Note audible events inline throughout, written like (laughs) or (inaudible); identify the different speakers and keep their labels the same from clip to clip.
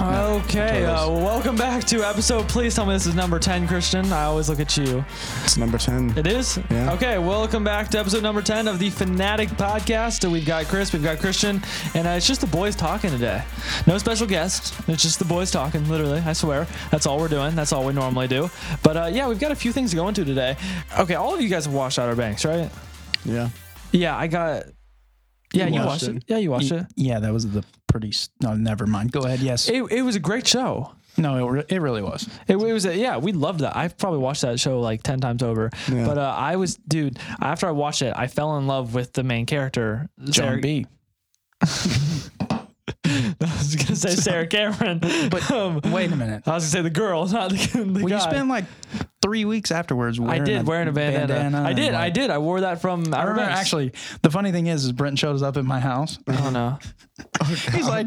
Speaker 1: Okay, uh, welcome back to episode. Please tell me this is number 10, Christian. I always look at you.
Speaker 2: It's number 10.
Speaker 1: It is?
Speaker 2: Yeah.
Speaker 1: Okay, welcome back to episode number 10 of the Fanatic Podcast. We've got Chris, we've got Christian, and uh, it's just the boys talking today. No special guest. It's just the boys talking, literally, I swear. That's all we're doing. That's all we normally do. But uh, yeah, we've got a few things to go into today. Okay, all of you guys have washed Outer Banks, right?
Speaker 2: Yeah.
Speaker 1: Yeah, I got. Yeah, you, watched it. Yeah, you watched it.
Speaker 3: Yeah, that was the pretty. s- No, never mind. Go ahead. Yes.
Speaker 1: it. It was a great show.
Speaker 3: no, it, re- it really was.
Speaker 1: It, it was, yeah, we loved that. I've probably watched that show like 10 times over.
Speaker 2: Yeah.
Speaker 1: But uh, I was, dude, after I watched it, I fell in love with the main character,
Speaker 3: John
Speaker 1: Sarah,
Speaker 3: B.
Speaker 1: (laughs) I was going to
Speaker 3: (laughs)
Speaker 1: say Sarah Cameron. But (laughs) um, I was
Speaker 3: Wait a minute.
Speaker 1: going to say the girl, (laughs) not the, the
Speaker 3: Well,
Speaker 1: guy.
Speaker 3: you spent like three weeks afterwards
Speaker 1: I
Speaker 3: wearing
Speaker 1: did, wearing a bandana. I
Speaker 3: and,
Speaker 1: did, I
Speaker 3: like,
Speaker 1: did. I wore that from
Speaker 3: I
Speaker 1: Outer
Speaker 3: remember
Speaker 1: Banks.
Speaker 3: actually. The funny thing is, is Brent shows up at my house. (laughs)
Speaker 1: I don't know.
Speaker 3: He's like,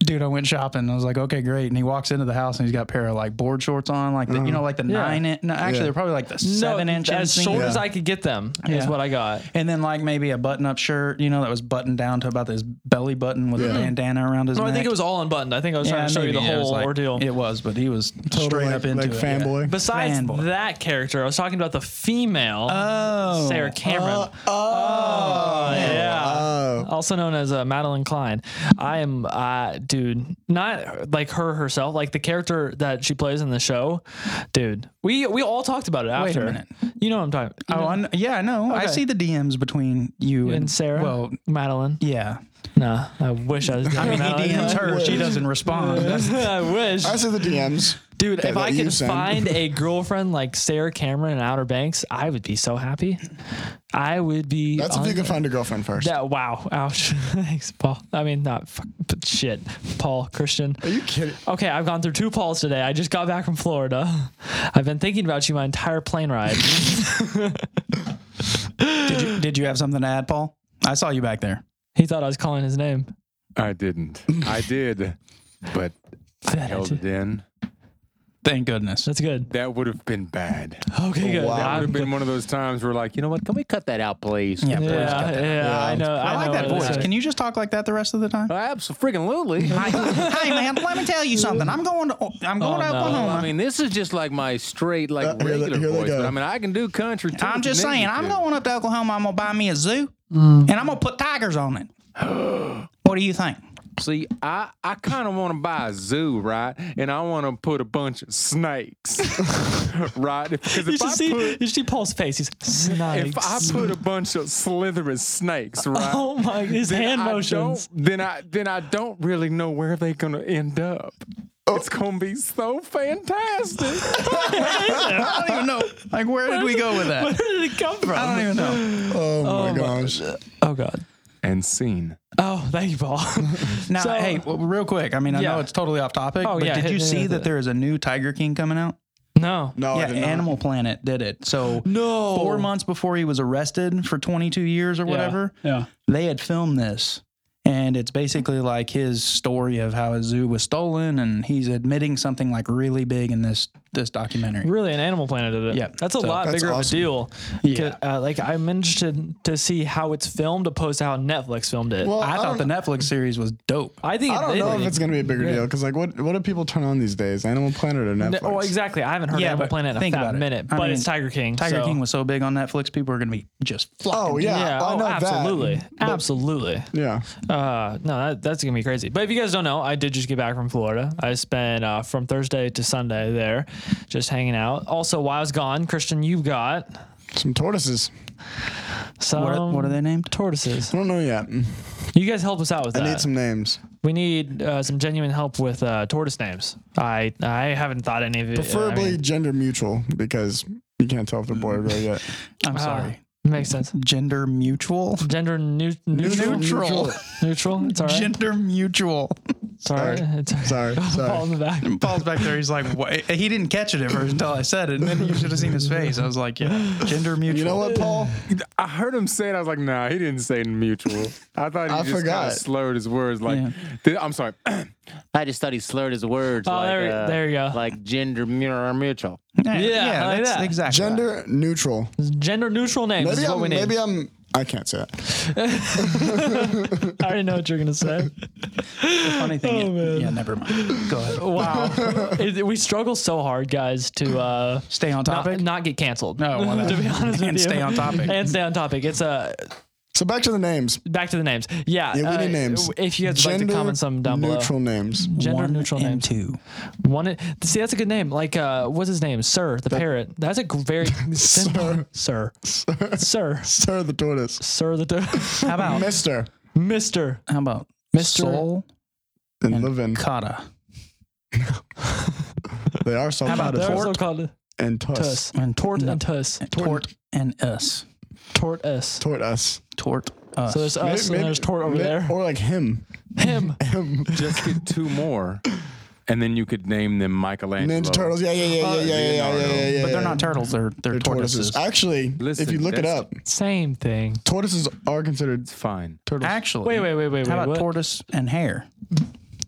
Speaker 3: dude, I went shopping. I was like, okay, great. And he walks into the house and he's got a pair of like board shorts on, like the, you know, like the
Speaker 1: Mm. Yeah.
Speaker 3: nine. In, no, actually,
Speaker 2: Yeah.
Speaker 3: they're probably like the seven
Speaker 1: no,
Speaker 3: inch.
Speaker 1: As
Speaker 3: inseam.
Speaker 1: short
Speaker 2: Yeah.
Speaker 1: as I could get them is
Speaker 3: Yeah.
Speaker 1: what I got.
Speaker 3: And then like maybe a button up shirt, you know, that was buttoned down to about this belly button with a
Speaker 2: Yeah.
Speaker 3: bandana around his
Speaker 1: No,
Speaker 3: neck.
Speaker 1: I think it was all unbuttoned. I think I was trying to show you the
Speaker 3: maybe. Yeah, it was
Speaker 1: whole
Speaker 3: like-
Speaker 1: ordeal.
Speaker 3: It was, but he was totally
Speaker 2: Straight
Speaker 3: up into
Speaker 2: like
Speaker 3: it.
Speaker 2: fanboy.
Speaker 1: Besides
Speaker 3: Fanboy.
Speaker 1: that character, I was talking about the female,
Speaker 3: Oh.
Speaker 1: Sarah Cameron.
Speaker 2: Oh.
Speaker 1: yeah.
Speaker 2: Oh.
Speaker 1: also known as uh, Madeline Klein. I am, uh, dude, not like her herself, like the character that she plays in the show, dude. We we all talked about it
Speaker 3: a
Speaker 1: after.
Speaker 3: minute.
Speaker 1: You know what I'm talking. you
Speaker 3: Oh,
Speaker 1: know-
Speaker 3: I kn- yeah, I know. I
Speaker 1: Okay.
Speaker 3: see the DMs between you and,
Speaker 1: and Sarah.
Speaker 3: Well,
Speaker 1: Madeline.
Speaker 3: yeah.
Speaker 1: No, I wish I was.
Speaker 3: I mean,
Speaker 1: Madeline.
Speaker 3: he DMs her. She doesn't respond.
Speaker 1: (laughs)
Speaker 3: That's-
Speaker 1: I wish,
Speaker 2: I see the DMs.
Speaker 1: dude.
Speaker 2: that-
Speaker 1: If I
Speaker 2: that you
Speaker 1: could
Speaker 2: send.
Speaker 1: find
Speaker 2: (laughs)
Speaker 1: a girlfriend like Sarah Cameron in Outer Banks, I would be so happy. I would be.
Speaker 2: That's if you
Speaker 1: on-
Speaker 2: can find a girlfriend first.
Speaker 1: Yeah, wow. Ouch. (laughs) Thanks, Paul. I mean, not fuck, but shit. Paul, Christian.
Speaker 2: Are you kidding?
Speaker 1: Okay, I've gone through two Pauls today. I just got back from Florida. (laughs) I've been thinking about you my entire plane ride.
Speaker 3: did, you, did you have something to add, Paul? I saw you back there.
Speaker 1: he thought I was calling his name.
Speaker 4: I didn't. I did, but I
Speaker 1: That I
Speaker 4: held
Speaker 1: did.
Speaker 4: it in.
Speaker 3: Thank goodness.
Speaker 1: That's good.
Speaker 4: That would have been bad.
Speaker 1: Okay, good.
Speaker 2: wow.
Speaker 4: That would
Speaker 1: I'm good.
Speaker 4: have been one of those times where, like, you know what? Can we cut that out, please?
Speaker 3: Yeah,
Speaker 1: Yeah,
Speaker 3: please cut
Speaker 1: yeah,
Speaker 3: that.
Speaker 1: I know. I,
Speaker 3: I,
Speaker 1: know
Speaker 3: like that
Speaker 1: what it is.
Speaker 3: voice. Can you just talk like that the rest of
Speaker 1: (laughs)
Speaker 3: the time?
Speaker 4: Absolutely.
Speaker 3: Hi, hey, man, let me tell you something. I'm going to I'm going to
Speaker 1: Oh, no.
Speaker 3: Oklahoma.
Speaker 4: I mean, this is just like my straight, like
Speaker 2: Uh, here they-
Speaker 4: regular
Speaker 2: here they
Speaker 4: voice.
Speaker 2: go.
Speaker 4: But I mean, I can do country too.
Speaker 3: I'm
Speaker 4: if
Speaker 3: just
Speaker 4: you need
Speaker 3: saying,
Speaker 4: me
Speaker 3: I'm
Speaker 4: to.
Speaker 3: going up to Oklahoma. I'm gonna buy me a zoo,
Speaker 2: Mm.
Speaker 3: and I'm gonna put tigers
Speaker 2: (gasps)
Speaker 3: on it. what do you think?
Speaker 4: See, I, I kind of want to buy a zoo, right? And I want to put a bunch of snakes, (laughs) right? Because
Speaker 1: You
Speaker 4: if
Speaker 1: should
Speaker 4: I
Speaker 1: see.
Speaker 4: put
Speaker 1: you should see Paul's face. He's snipes.
Speaker 4: if I put a bunch of slithering snakes, right?
Speaker 1: oh my!
Speaker 4: (laughs)
Speaker 1: His hand
Speaker 4: I
Speaker 1: motions.
Speaker 4: Don't, then I then I don't really know where they're gonna end up. It's gonna be so fantastic.
Speaker 3: I don't even know. Like, where did we go
Speaker 1: (laughs)
Speaker 3: with
Speaker 1: Where
Speaker 3: that?
Speaker 1: did it come from?
Speaker 3: I don't even know.
Speaker 2: Oh, my gosh.
Speaker 1: Oh God.
Speaker 4: (laughs) and scene.
Speaker 1: Oh, thank you, Paul.
Speaker 3: Now,
Speaker 1: So-
Speaker 3: hey, well, real quick. I mean, I
Speaker 1: Yeah.
Speaker 3: know it's totally off topic,
Speaker 1: Oh,
Speaker 3: but
Speaker 1: yeah,
Speaker 3: did
Speaker 1: hit-
Speaker 3: you
Speaker 1: hit
Speaker 3: see
Speaker 1: with
Speaker 3: that
Speaker 1: it.
Speaker 3: there is a new Tiger King coming out?
Speaker 1: no.
Speaker 2: No, Oh, I
Speaker 3: yeah,
Speaker 2: did not.
Speaker 3: Animal Planet did it. So
Speaker 1: No.
Speaker 3: four months before he was arrested for 22 years or whatever,
Speaker 1: Yeah.
Speaker 3: they had filmed this. And it's basically like his story of how his zoo was stolen, and he's admitting something like really big in this this documentary.
Speaker 1: Really, an Animal Planet did it.
Speaker 3: Yeah.
Speaker 1: that's a
Speaker 3: So-
Speaker 1: lot
Speaker 2: That's
Speaker 1: bigger of a
Speaker 2: awesome.
Speaker 1: deal. Uh, like I'm interested to see how it's filmed, opposed to how Netflix filmed it.
Speaker 2: Well,
Speaker 3: I thought the
Speaker 2: don't-
Speaker 3: Netflix series was dope.
Speaker 1: I think
Speaker 2: I don't
Speaker 1: they-
Speaker 2: know if it's going to be a bigger deal because, like, what, what do people turn on these days? Animal Planet or Netflix?
Speaker 1: Oh, exactly. I haven't heard
Speaker 3: Yeah,
Speaker 1: of Animal
Speaker 3: but
Speaker 1: Planet in
Speaker 3: think
Speaker 1: a fat
Speaker 3: about it.
Speaker 1: minute,
Speaker 3: I
Speaker 1: but it's
Speaker 3: mean,
Speaker 1: Tiger King.
Speaker 3: Tiger
Speaker 1: so-
Speaker 3: King was so big on Netflix, people are going to be just flocking.
Speaker 2: Oh, yeah.
Speaker 1: Yeah.
Speaker 2: I
Speaker 1: oh,
Speaker 2: know that.
Speaker 1: absolutely. Absolutely.
Speaker 2: Yeah.
Speaker 1: Uh, no, that, that's gonna be crazy. But if you guys don't know, I did just get back from Florida. I spent uh, from Thursday to Sunday there, just hanging out. Also, while I was gone, Christian, you got
Speaker 2: Some tortoises.
Speaker 1: some.
Speaker 3: What, are- what are they named?
Speaker 1: Tortoises.
Speaker 2: I don't know yet.
Speaker 1: You guys help us out with
Speaker 2: I
Speaker 1: that.
Speaker 2: need some names.
Speaker 1: we need uh, some genuine help with uh, tortoise names. I I haven't thought any of it. I
Speaker 2: Preferably
Speaker 1: mean,
Speaker 2: gender mutual because you can't tell if they're boy or girl yet.
Speaker 3: I'm
Speaker 1: uh,
Speaker 3: sorry.
Speaker 1: makes sense.
Speaker 3: Gender (laughs) mutual.
Speaker 1: Gender new, neutral.
Speaker 3: Neutral.
Speaker 1: Neutral. It's all right.
Speaker 3: Gender mutual.
Speaker 1: It's all right. It's (laughs) all right.
Speaker 2: Sorry.
Speaker 1: Paul
Speaker 2: Sorry.
Speaker 1: in the back.
Speaker 3: (laughs) Paul's back there. He's like, what? he didn't catch it at first until I said it, and then you should have seen his face. I was like, yeah, gender mutual.
Speaker 2: You know what, Paul?
Speaker 4: I heard him say it. I was like, nah, he didn't say mutual. I thought he
Speaker 2: I
Speaker 4: just kind
Speaker 2: forgot.
Speaker 4: of slurred his words. Like,
Speaker 3: Yeah.
Speaker 4: th- I'm sorry. I just thought he slurred his words. uh,
Speaker 1: Oh, there- there you go.
Speaker 4: Like gender mu- mutual.
Speaker 3: Yeah,
Speaker 1: Yeah,
Speaker 3: yeah,
Speaker 1: like
Speaker 3: that's
Speaker 1: that.
Speaker 3: exactly.
Speaker 2: Gender neutral.
Speaker 1: Gender neutral names
Speaker 2: Maybe
Speaker 1: is what
Speaker 2: I'm,
Speaker 1: we need.
Speaker 2: maybe I'm I can't say that.
Speaker 1: I already know what you're gonna
Speaker 2: (laughs)
Speaker 1: say.
Speaker 3: Funny thing.
Speaker 1: Oh,
Speaker 3: yeah,
Speaker 1: man.
Speaker 3: yeah, never mind. Go ahead.
Speaker 1: Wow, It- we struggle so hard, guys, to uh,
Speaker 3: Stay on topic.
Speaker 1: not, not get canceled.
Speaker 3: No, whatever.
Speaker 1: (laughs) to be honest
Speaker 3: (laughs) and
Speaker 1: with you,
Speaker 3: stay on topic.
Speaker 1: and stay on topic. It's uh,
Speaker 2: So back to the names.
Speaker 1: back to the names. Yeah,
Speaker 2: Yeah, we
Speaker 1: uh,
Speaker 2: need names.
Speaker 1: If you guys would like to
Speaker 2: Gender
Speaker 1: comment some down below.
Speaker 2: Neutral names.
Speaker 1: Gender
Speaker 3: One
Speaker 1: neutral
Speaker 3: and
Speaker 1: names.
Speaker 3: two.
Speaker 1: One, see, that's a good name. Like, uh, what's his name? Sir the parrot. That's a g- very simple sir, sir, sir,
Speaker 2: Sir the tortoise.
Speaker 1: sir the
Speaker 3: How about (laughs)
Speaker 2: Mister
Speaker 1: (laughs) Mister.
Speaker 3: how about
Speaker 1: Mr.
Speaker 3: Sol
Speaker 2: and Livin.
Speaker 3: Kata?
Speaker 2: They are so
Speaker 3: How about
Speaker 2: tortoise
Speaker 1: They're
Speaker 3: Tort.
Speaker 1: also called
Speaker 2: and tuss.
Speaker 1: Tuss.
Speaker 3: And
Speaker 1: Tort
Speaker 3: no,
Speaker 1: and Tuss.
Speaker 3: Tort and us.
Speaker 1: Tort us.
Speaker 2: Tort us.
Speaker 3: Tort us.
Speaker 1: Oh, So there's us and there's Tort over
Speaker 2: may-
Speaker 1: there.
Speaker 2: Or like him. (laughs)
Speaker 1: Him.
Speaker 4: (clears throat) Just get two more, and then you could name them Michelangelo.
Speaker 2: Ninja Turtles. Yeah, yeah, yeah,
Speaker 1: Oh,
Speaker 2: yeah, yeah, yeah, yeah, yeah, yeah, yeah.
Speaker 3: but they're not turtles. They're they're,
Speaker 2: They're
Speaker 3: tortoises.
Speaker 2: tortoises. Actually,
Speaker 4: Listen,
Speaker 2: if you look it
Speaker 4: that's-
Speaker 2: up,
Speaker 1: Same thing.
Speaker 2: tortoises are considered
Speaker 4: It's fine.
Speaker 2: turtles.
Speaker 3: Actually,
Speaker 1: Wait, wait, wait, wait,
Speaker 3: How
Speaker 1: wait.
Speaker 3: about
Speaker 1: what?
Speaker 3: tortoise and hare?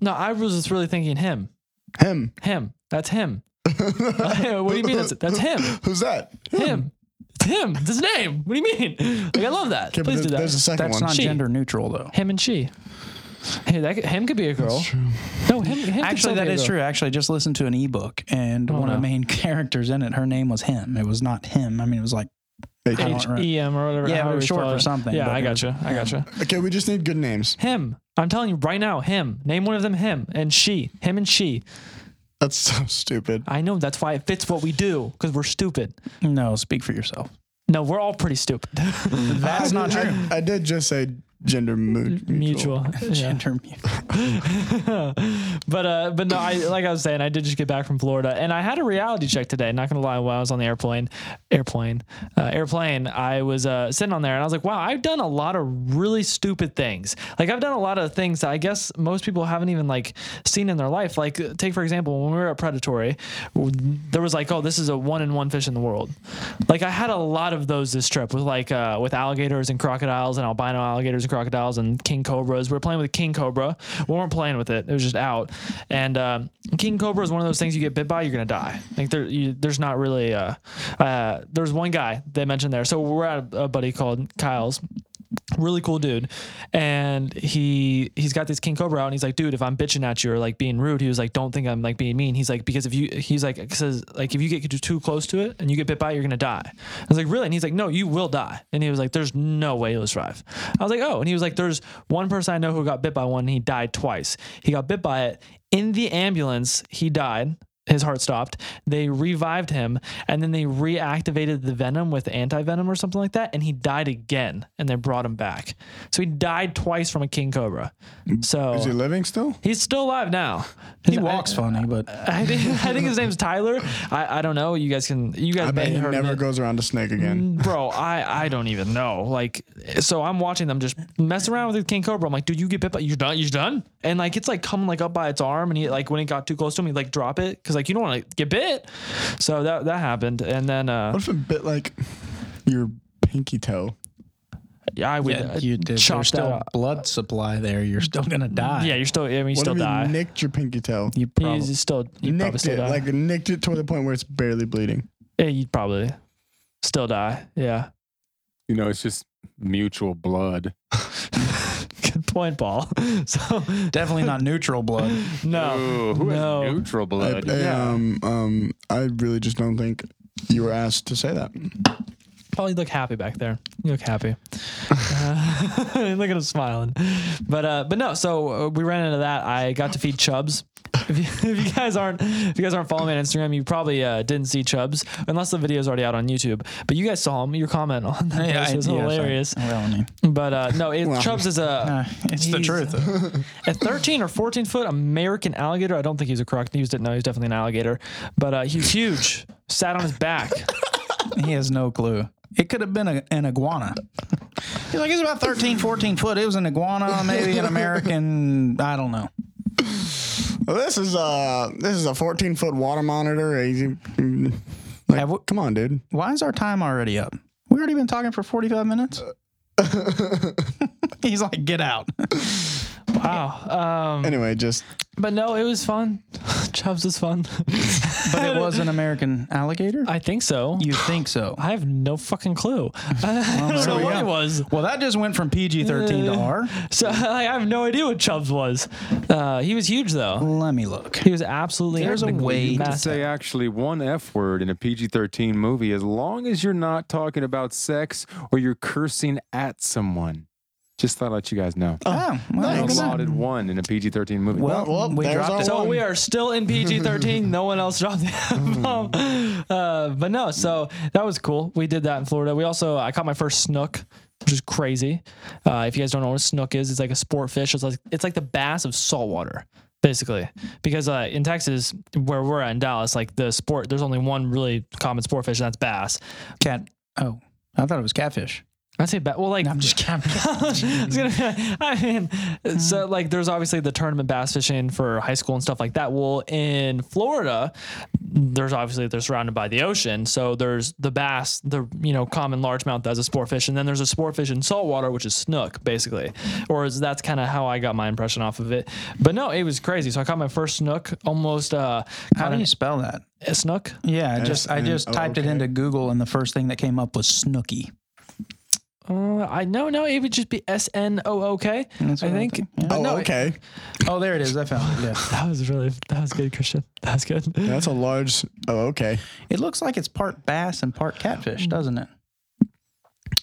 Speaker 1: No, I was just really thinking him.
Speaker 2: Him.
Speaker 1: Him. That's him. (laughs) what do you mean? That's that's him.
Speaker 2: Who's that?
Speaker 1: Him. It's him. It's his name. What do you mean? Like I love that.
Speaker 2: Okay, but
Speaker 1: Please do
Speaker 2: there-
Speaker 1: that.
Speaker 2: There's a second
Speaker 3: That's
Speaker 2: one.
Speaker 3: not
Speaker 1: She.
Speaker 3: gender neutral though.
Speaker 1: him and she. Hey, that could, him could be a girl. No, him. him could still
Speaker 3: Actually, that
Speaker 1: be a
Speaker 3: is
Speaker 1: girl.
Speaker 3: true. Actually, I just listened to an ebook, and one of
Speaker 1: Oh, no.
Speaker 3: the main (laughs) characters in it, her name was him. It was not him. I mean, it was like
Speaker 2: Wait,
Speaker 3: I don't
Speaker 1: H
Speaker 3: remember.
Speaker 1: E M or whatever.
Speaker 3: Yeah,
Speaker 1: however
Speaker 3: it was
Speaker 1: you
Speaker 3: short
Speaker 1: spell
Speaker 3: for
Speaker 1: it.
Speaker 3: something,
Speaker 1: Yeah,
Speaker 3: but
Speaker 1: I
Speaker 3: it was-
Speaker 1: gotcha. I
Speaker 3: (laughs)
Speaker 1: gotcha.
Speaker 2: okay, we just need good names.
Speaker 1: Him. I'm telling you right now. Him. Name one of them. Him and she. Him and she.
Speaker 2: That's (laughs) so stupid.
Speaker 1: I know that's why it fits what we do because we're stupid.
Speaker 3: no. Speak for yourself.
Speaker 1: No, we're all pretty stupid.
Speaker 3: That's not (laughs) true.
Speaker 2: I, I did just say gender mu- mutual.
Speaker 1: Mutual. Yeah.
Speaker 3: Gender mut-
Speaker 1: But uh, but no, I like I was saying, I did just get back from Florida, and I had a reality check today. Not gonna lie, while I was on the airplane, airplane, uh, airplane, I was uh, sitting on there, and I was like, wow, I've done a lot of really stupid things. Like I've done a lot of things that I guess most people haven't even like seen in their life. Like uh, take for example, when we were at Predatory, w- there was like, oh, this is a one in one fish in the world. Like I had a lot of those this trip with like uh, with alligators and crocodiles and albino alligators and crocodiles and king cobras. We were playing with king cobra. We weren't playing with it. It was just out. And um, king cobra is one of those things you get bit by, you're gonna die. Like there, you, there's not really. Uh, uh, there's one guy they mentioned there. So we're at a, a buddy called Kyle's. Really cool dude, and he he's got this king cobra out, and he's like, dude, if I'm bitching at you or like being rude, he was like, don't think I'm like being mean. He's like, because if you, he's like, says like if you get too close to it and you get bit by, it, you're gonna die. I was like, really? And he's like, no, you will die. And he was like, there's no way you'll survive. I was like, oh, and he was like, there's one person I know who got bit by one, and he died twice. He got bit by it in the ambulance. He died. His heart stopped. They revived him, and then they reactivated the venom with anti venom or something like that, and he died again. And they brought him back. So he died twice from a king cobra. So
Speaker 2: Is he living still?
Speaker 1: He's still alive now.
Speaker 3: He walks funny, but
Speaker 1: I think, I think his name's Tyler. I, I don't know. You guys can. You guys
Speaker 2: I bet
Speaker 1: may
Speaker 2: he
Speaker 1: heard
Speaker 2: never
Speaker 1: it.
Speaker 2: goes around a snake again.
Speaker 1: Bro, I, I don't even know. Like, so I'm watching them just mess around with the king cobra. I'm like, dude, you get bit by you're done, you're done, and like it's like coming like up by its arm, and he like when it got too close to him, he like drop it because like you don't want to get bit. So that that happened, and then uh,
Speaker 2: What if it bit like your pinky toe?
Speaker 1: yeah, I would
Speaker 3: yeah,
Speaker 1: uh,
Speaker 3: you did.
Speaker 1: chop
Speaker 3: There's
Speaker 1: that.
Speaker 3: still
Speaker 1: up.
Speaker 3: blood supply there. You're still gonna die.
Speaker 1: Yeah, you're still. I mean, you
Speaker 2: What
Speaker 1: still
Speaker 2: if
Speaker 1: die.
Speaker 2: he nicked your pinky toe?
Speaker 3: you probably.
Speaker 1: He's still. You probably
Speaker 2: nicked
Speaker 1: still
Speaker 2: it,
Speaker 1: die.
Speaker 2: like nicked it to the point where it's barely bleeding.
Speaker 1: yeah, you'd probably still die. Yeah. (laughs)
Speaker 4: You know, it's just mutual blood.
Speaker 1: Good point, Paul. (laughs) So
Speaker 3: Definitely not neutral
Speaker 1: (laughs)
Speaker 3: blood.
Speaker 1: no,
Speaker 4: Ooh, who has
Speaker 1: no.
Speaker 4: neutral
Speaker 2: I,
Speaker 1: Oh,
Speaker 4: blood?
Speaker 2: I, um, um, I really just don't think you were asked to say that.
Speaker 1: Paul, you look happy back there. You look happy. Uh, (laughs) look at him smiling. But uh, but no. So uh, we ran into that. I got to feed Chubs. (laughs) If you, if you guys aren't if you guys aren't following me on Instagram, you probably uh, didn't see Chubs unless the video's already out on YouTube. But you guys saw him. Your comment on that post was
Speaker 3: sorry.
Speaker 1: hilarious.
Speaker 3: Well, I mean,
Speaker 1: But uh, no, it,
Speaker 2: Well.
Speaker 1: Chubbs is a
Speaker 3: uh, it's the
Speaker 1: He's-
Speaker 3: truth.
Speaker 1: a 13 or 14 foot American alligator. I don't think he's a croc. He was no, he's definitely an alligator. But uh, he's huge. Sat on his back.
Speaker 3: He has no clue. It could have been a, an iguana. He's like, it's about 13, 14 foot. It was an iguana, maybe an American. I don't know.
Speaker 2: Well, this is a this is a 14 foot water monitor. Easy. Like,
Speaker 3: Have we-
Speaker 2: come on, dude.
Speaker 3: Why is our time already up? We already been talking for 45 minutes. (laughs) He's like, get out.
Speaker 1: Wow. Um,
Speaker 2: Anyway, just
Speaker 1: (laughs) But no, it was fun. (laughs) Chubbs was fun.
Speaker 3: But it was an American alligator?
Speaker 1: I think so.
Speaker 3: you think so?
Speaker 1: I have no fucking clue. (laughs) I don't
Speaker 3: there
Speaker 1: know
Speaker 3: we
Speaker 1: what
Speaker 3: go.
Speaker 1: it was.
Speaker 3: Well, that just went from PG 13 to R.
Speaker 1: So (laughs) like, I have no idea what Chubbs was. Uh, he was huge though.
Speaker 3: Let me look.
Speaker 1: He was absolutely.
Speaker 3: There's a
Speaker 1: technically
Speaker 3: way to
Speaker 1: massive.
Speaker 4: Say actually one F word in a PG 13 movie as long as you're not talking about sex or you're cursing at someone. Just thought I'd let you guys know.
Speaker 3: Oh, well,
Speaker 4: That's
Speaker 3: look at that.
Speaker 4: allotted one in a PG 13 movie.
Speaker 3: well,
Speaker 2: Well,
Speaker 3: we
Speaker 2: there's
Speaker 3: dropped
Speaker 2: our
Speaker 3: it.
Speaker 1: So oh, we are still in PG
Speaker 3: (laughs)
Speaker 1: 13. no one else dropped the
Speaker 3: Hmm.
Speaker 1: F bomb. Uh, but no, so that was cool. We did that in Florida. We also, I caught my first snook, which is crazy. Uh, if you guys don't know what a snook is, it's like a sport fish. It's like, it's like the bass of saltwater. Basically, because uh, in Texas, where we're at in Dallas, like the sport, there's only one really common sport fish, and that's bass.
Speaker 3: Cat. Oh, I thought it was catfish.
Speaker 1: I say bass. Well, like
Speaker 3: I'm just catfish.
Speaker 1: It's gonna- (laughs) I mean,
Speaker 3: Hmm.
Speaker 1: so like, there's obviously the tournament bass fishing for high school and stuff like that. Well, in Florida, there's obviously they're surrounded by the ocean, so there's the bass, the you know common largemouth as a sport fish, and then there's a sport fish in saltwater, which is snook, basically. Or is, that's kind of how I got my impression off of it. But no, it was crazy. So I caught my first snook, almost uh,
Speaker 3: How
Speaker 1: caught
Speaker 3: do
Speaker 1: an-
Speaker 3: you spell (laughs) that?
Speaker 1: a snook.
Speaker 3: Yeah, I just I just typed it
Speaker 2: S-N-O-K.
Speaker 3: into Google, and the first thing that came up was Snooky.
Speaker 1: Uh, I no no, it would just be S N O O K. I
Speaker 3: That's what I
Speaker 1: think.
Speaker 3: think, yeah.
Speaker 1: Uh,
Speaker 2: Oh,
Speaker 1: no, it-
Speaker 2: okay.
Speaker 3: Oh, there it is. I found it. Yeah.
Speaker 1: That was really that was good, Christian. That was good.
Speaker 2: That's a large. Oh, okay.
Speaker 3: It looks like it's part bass and part catfish, doesn't it?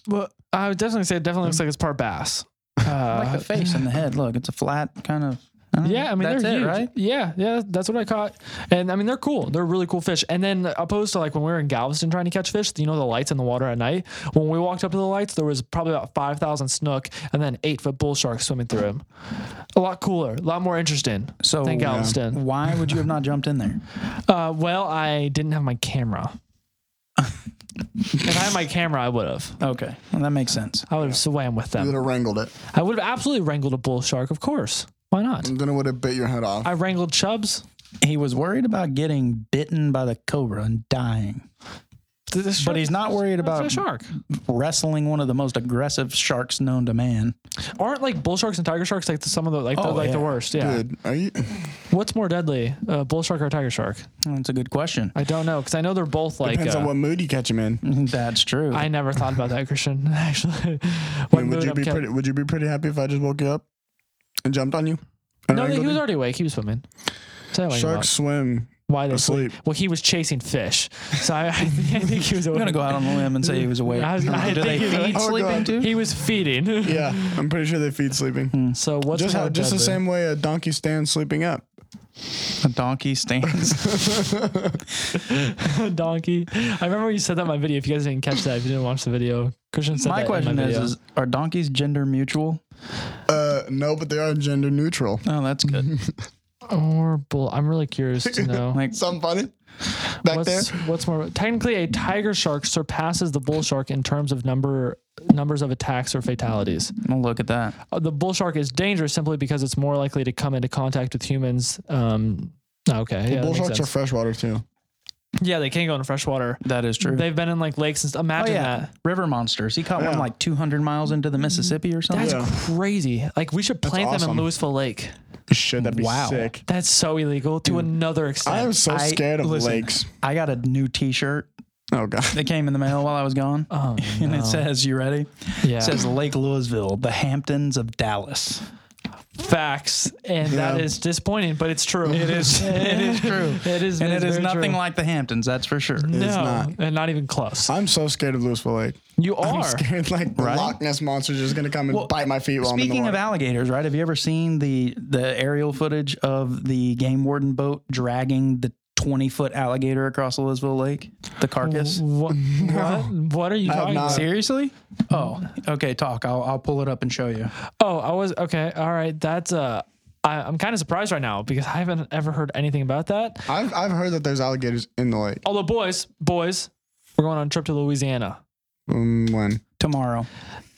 Speaker 1: Well, I would definitely say it definitely looks like it's part bass.
Speaker 3: (laughs) Like
Speaker 1: Uh,
Speaker 3: the face and the head. Look, it's a flat kind of. I don't
Speaker 1: yeah,
Speaker 3: know.
Speaker 1: I mean
Speaker 3: that's
Speaker 1: they're
Speaker 3: it,
Speaker 1: huge.
Speaker 3: right?
Speaker 1: Yeah, yeah, that's what I caught. And I mean they're cool. They're really cool fish. And then opposed to like when we were in Galveston trying to catch fish, you know the lights in the water at night. When we walked up to the lights, there was probably about five thousand snook and then eight foot bull sharks swimming through them. A lot cooler, a lot more interesting.
Speaker 3: So
Speaker 1: than Galveston.
Speaker 3: Why would you have not jumped
Speaker 1: (laughs)
Speaker 3: in there?
Speaker 1: Uh, well, I didn't have my camera. if I had my camera, I would have.
Speaker 3: Okay, well, that makes sense.
Speaker 1: I would have swam with
Speaker 2: You would
Speaker 1: them.
Speaker 2: have wrangled it.
Speaker 1: I would have absolutely wrangled a bull shark, of course. Why not?
Speaker 2: Then it would have bit your head off.
Speaker 1: I wrangled chubs.
Speaker 3: He was worried about getting bitten by the cobra and dying, but he's not worried
Speaker 1: about a
Speaker 3: about
Speaker 1: shark.
Speaker 3: wrestling one of the most aggressive sharks known to man.
Speaker 1: Aren't like bull sharks and tiger sharks like the, some of the like the,
Speaker 3: Oh,
Speaker 1: like the
Speaker 3: yeah.
Speaker 1: worst? Yeah.
Speaker 2: Dude, are you?
Speaker 1: What's more deadly, a bull shark or a tiger shark?
Speaker 3: That's a good question. (laughs)
Speaker 1: I don't know because I know they're both like.
Speaker 2: Depends
Speaker 1: uh,
Speaker 2: on what mood you catch him in.
Speaker 3: That's true.
Speaker 1: I never thought about that, Christian. (laughs)
Speaker 2: (laughs)
Speaker 1: Actually,
Speaker 2: I
Speaker 1: what
Speaker 2: mean, would
Speaker 1: mood
Speaker 2: you
Speaker 1: I'm
Speaker 2: be
Speaker 1: kept-
Speaker 2: pretty? Would you be pretty happy if I just woke you up and jumped on you? And
Speaker 1: No, he
Speaker 2: wrangled
Speaker 1: was
Speaker 2: you?
Speaker 1: already awake. He was swimming. So I don't know (laughs)
Speaker 2: Sharks swim
Speaker 1: Why they sleep?
Speaker 2: asleep.
Speaker 1: Well, he was chasing fish, so I, (laughs) I think he
Speaker 2: (laughs)
Speaker 1: was.
Speaker 3: I'm gonna go out on a limb and say he was
Speaker 1: (laughs)
Speaker 3: awake.
Speaker 1: I was- I
Speaker 3: (laughs) Do they
Speaker 1: think he
Speaker 3: feed
Speaker 1: was-
Speaker 2: Oh,
Speaker 3: sleeping
Speaker 2: God.
Speaker 3: too?
Speaker 1: He was feeding. (laughs)
Speaker 2: Yeah, I'm pretty sure they feed sleeping.
Speaker 1: So what's
Speaker 2: just how,
Speaker 1: more
Speaker 2: just the
Speaker 1: deadly?
Speaker 2: same way a donkey stands sleeping up.
Speaker 3: A donkey stands.
Speaker 1: (laughs) donkey. I remember you said that in my video. If you guys didn't catch that, if you didn't watch the video, Christian (laughs) said
Speaker 3: my
Speaker 1: that
Speaker 3: question
Speaker 1: in my
Speaker 3: is,
Speaker 1: video.
Speaker 3: is: Are donkeys gender mutual?
Speaker 2: Uh, no, but they are gender
Speaker 1: (laughs)
Speaker 2: neutral.
Speaker 3: Oh,
Speaker 2: (laughs)
Speaker 3: that's good.
Speaker 1: or bull? I'm really curious
Speaker 3: (laughs)
Speaker 1: to know.
Speaker 3: Like,
Speaker 2: Something funny back there.
Speaker 1: what's, what's more technically a tiger shark surpasses the bull shark in terms of number numbers of attacks or fatalities.
Speaker 3: well, look at that.
Speaker 1: Uh, The bull shark is dangerous simply because it's more likely to come into contact with humans. Um, okay, yeah, that
Speaker 2: Bull
Speaker 1: makes
Speaker 2: sharks are
Speaker 1: sense.
Speaker 2: freshwater too.
Speaker 1: yeah, they can't go into fresh water.
Speaker 3: That is true.
Speaker 1: They've been in like lakes and stuff.
Speaker 3: oh
Speaker 1: Imagine
Speaker 3: yeah,
Speaker 1: that.
Speaker 3: river monsters. He caught one
Speaker 2: Yeah.
Speaker 3: like 200 miles into
Speaker 1: Mm-hmm.
Speaker 3: the Mississippi or something.
Speaker 1: That's crazy. Like we should plant them
Speaker 2: awesome.
Speaker 1: in Louisville Lake.
Speaker 2: Shit, that'd be
Speaker 3: Wow.
Speaker 2: sick.
Speaker 1: That's so illegal to another extent.
Speaker 2: I am so
Speaker 3: I-
Speaker 2: scared of
Speaker 3: listen,
Speaker 2: lakes.
Speaker 3: I got a new T-shirt
Speaker 2: Oh god.
Speaker 3: (laughs) that came in the mail while I was gone,
Speaker 1: Oh,
Speaker 3: (laughs) and it says, "You ready?"
Speaker 1: yeah.
Speaker 3: It says Lake Louisville, the Hamptons of Dallas.
Speaker 1: facts, and that
Speaker 2: Yeah.
Speaker 1: is disappointing, but it's true. It (laughs)
Speaker 3: is- it is (laughs) true.
Speaker 1: It is,
Speaker 3: And
Speaker 1: it's
Speaker 3: it is
Speaker 1: very
Speaker 3: nothing
Speaker 1: true. Mm-hmm.
Speaker 3: like the Hamptons, that's for sure.
Speaker 1: no,
Speaker 2: is not.
Speaker 1: and not even close.
Speaker 2: I'm so scared of Louisville Lake.
Speaker 1: you are.
Speaker 2: I'm scared like the
Speaker 3: (laughs) Right?
Speaker 2: Loch Ness monster's just gonna come and bite my feet while I'm in the
Speaker 3: Speaking
Speaker 2: water.
Speaker 3: of alligators, right? Have you ever seen the the aerial footage of the game warden boat dragging the 20 foot alligator across Louisville Lake, the
Speaker 2: (laughs)
Speaker 3: carcass?
Speaker 1: Wha- What, what? are you
Speaker 2: have
Speaker 1: talking
Speaker 2: not.
Speaker 1: about?
Speaker 3: Seriously? Oh, okay. Talk. I'll, I'll pull it up and show you.
Speaker 1: Oh, I was okay. All right, that's uh, I, I'm kind of surprised right now because I haven't ever heard anything about that.
Speaker 2: I've I've heard that there's alligators in the lake.
Speaker 1: Although, boys, boys, we're going on a trip to Louisiana
Speaker 2: Um, when
Speaker 3: Tomorrow.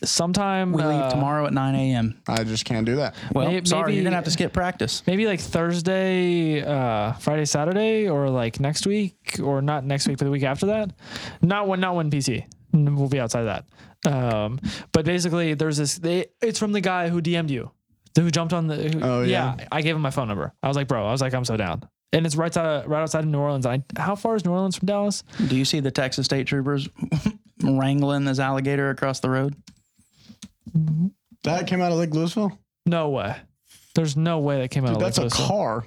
Speaker 1: sometime.
Speaker 3: We
Speaker 1: uh,
Speaker 3: leave tomorrow at 9 a.m.
Speaker 2: I just can't do that.
Speaker 3: Well,
Speaker 1: May-
Speaker 3: sorry,
Speaker 1: maybe-
Speaker 3: you're going to have to skip practice.
Speaker 1: Maybe like Thursday, uh, Friday, Saturday, or like next week, or not next week, but the week after that. Not when, not when PC. N- We'll be outside of that. Um, but basically, there's this. They, it's from the guy who DM'd you, who jumped on the. Who,
Speaker 2: Oh, yeah.
Speaker 1: I gave him my phone number. I was like, bro. I was like, I'm so down. and it's right outside, right outside of New Orleans. I, how far is New Orleans from Dallas?
Speaker 3: Do you see the Texas state troopers (laughs) wrangling this alligator across the road?
Speaker 2: That came out of Lake Louisville.
Speaker 1: No way. There's no way that came out of
Speaker 2: That's a
Speaker 1: Oh, Lake Louisville.
Speaker 2: car.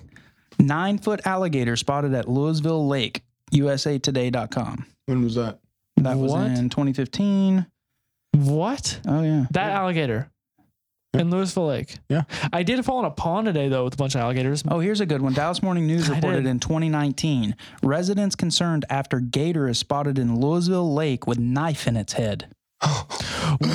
Speaker 3: Nine foot alligator spotted at Louisville Lake, usatoday.com.
Speaker 2: When was that?
Speaker 3: That was
Speaker 1: What?
Speaker 3: in 2015.
Speaker 1: What?
Speaker 3: Oh, yeah.
Speaker 1: That alligator in Louisville Lake.
Speaker 2: Yeah.
Speaker 1: I did fall in a pond today though with a bunch of alligators.
Speaker 3: Oh, here's a good one. Dallas Morning News
Speaker 1: I
Speaker 3: reported
Speaker 1: did.
Speaker 3: in 2019 residents concerned after gator is spotted in Louisville Lake with knife in its head.
Speaker 1: What?
Speaker 2: (laughs)
Speaker 4: (laughs)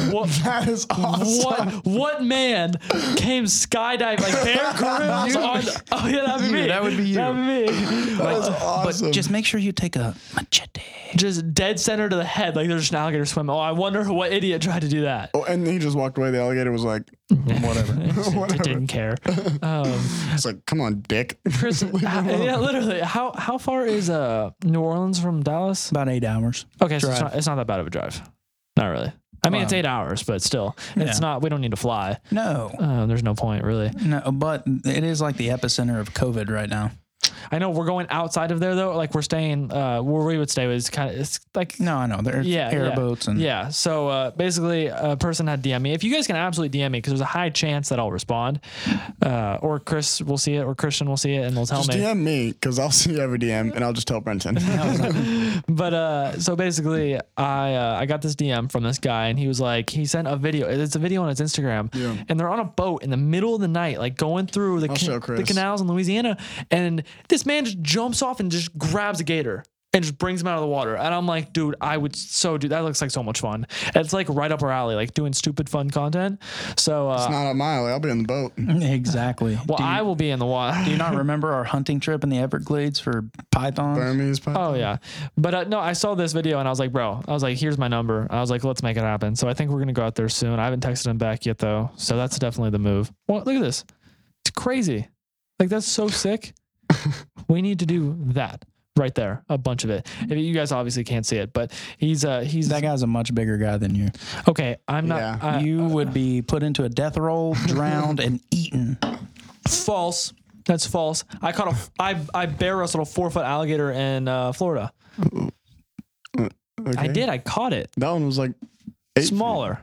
Speaker 2: That is
Speaker 1: What
Speaker 2: awesome.
Speaker 1: what man came skydive
Speaker 4: (laughs)
Speaker 1: like Bear Grylls on? Oh yeah, that'd be me.
Speaker 4: that would be you.
Speaker 1: That'd be (laughs) me.
Speaker 2: (laughs) That is awesome.
Speaker 3: But just make sure you take a machete.
Speaker 1: Just dead center to the head, like there's just an alligator swimming. Oh, I wonder who- what idiot tried to do
Speaker 4: (laughs)
Speaker 1: that.
Speaker 2: Oh, and he just walked away. The alligator was like, (laughs)
Speaker 1: It didn't care.
Speaker 4: (laughs)
Speaker 1: Um,
Speaker 2: "It's like, come on,
Speaker 1: (laughs)
Speaker 2: dick."
Speaker 1: Chris, yeah, literally. How how far is uh New Orleans from Dallas?
Speaker 3: About eight hours.
Speaker 1: Okay, so it's not, it's not that bad of a drive. Not really. I mean, it's eight hours, but still, it's
Speaker 3: Yeah.
Speaker 1: not. We don't need to fly.
Speaker 3: No,
Speaker 1: Uh, there's no point, really.
Speaker 3: no, but it is like the epicenter of COVID right now.
Speaker 1: I know we're going outside of there though. Like we're staying uh, where we would stay was kind of it's like
Speaker 3: No, I know. There's
Speaker 1: yeah
Speaker 3: airboats
Speaker 1: yeah.
Speaker 3: and
Speaker 1: yeah. So uh, basically, a person had DM me. If you guys can absolutely DM me, because there's a high chance that I'll respond, uh, or Chris will see it, or Christian will see it, and they'll tell
Speaker 2: Just
Speaker 1: me.
Speaker 2: DM me because I'll see every DM and I'll just tell Brenton. (laughs)
Speaker 1: (laughs) But uh, so basically, I uh, I got this DM from this guy, and he was like, he sent a video. It's a video on his Instagram, and they're on a boat in the middle of the night, like going through the, the
Speaker 2: show Oh, Chris.
Speaker 1: canals in Louisiana, and this man just jumps off and just grabs a gator. And just brings him out of the water, and I'm like, dude, I would so do that. Looks like so much fun. And It's like right up our alley, like doing stupid fun content. So, uh,
Speaker 2: Not a mile. I'll be in
Speaker 1: (laughs)
Speaker 2: the boat.
Speaker 3: (laughs) exactly.
Speaker 1: well,
Speaker 3: do, you,
Speaker 1: I will be in the water.
Speaker 3: do you not remember our hunting trip in the Everglades for pythons?
Speaker 2: Burmese pie.
Speaker 1: Oh yeah, but uh, no, I saw this video and I was like, bro, I was like, here's my number. I was like, let's make it happen. So I think we're gonna go out there soon. I haven't texted him back yet though, so that's definitely the move. Well, look at this, it's crazy. Like that's so
Speaker 2: (laughs)
Speaker 1: sick. we need to do that right there, a bunch of it. If you guys obviously can't see it, but he's uh he's
Speaker 3: That guy's a much bigger guy than you.
Speaker 1: okay. I'm not.
Speaker 2: Yeah.
Speaker 1: I- uh,
Speaker 3: you would be put into a death
Speaker 1: (laughs)
Speaker 3: roll, drowned, and eaten.
Speaker 1: false. That's false. I caught a I I bear wrestled a four foot alligator in uh, Florida.
Speaker 2: Okay.
Speaker 1: I did. I caught it.
Speaker 2: That one was like eight feet.
Speaker 1: Smaller,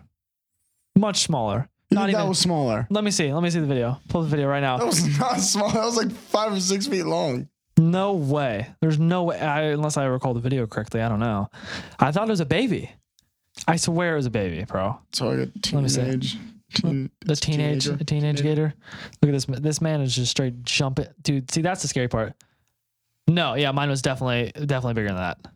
Speaker 1: much smaller.
Speaker 2: You
Speaker 1: Not
Speaker 2: think
Speaker 1: even.
Speaker 2: That was smaller.
Speaker 1: Let me see. Let me see the video. Pull the video right
Speaker 2: That
Speaker 1: now.
Speaker 2: was (laughs) not small. That was like five or six feet long.
Speaker 1: No way. There's no way. I, unless I recall the video correctly, I don't know. I thought it was a baby. I swear it was a baby, bro.
Speaker 2: So I got
Speaker 1: Let me see.
Speaker 2: teenage. Teen,
Speaker 1: The teenage,
Speaker 2: Teenager.
Speaker 1: a teenage gator. Look at this. ma- This man is just straight jumping, dude. See, that's the scary part. No, yeah, mine was definitely, definitely bigger than that. A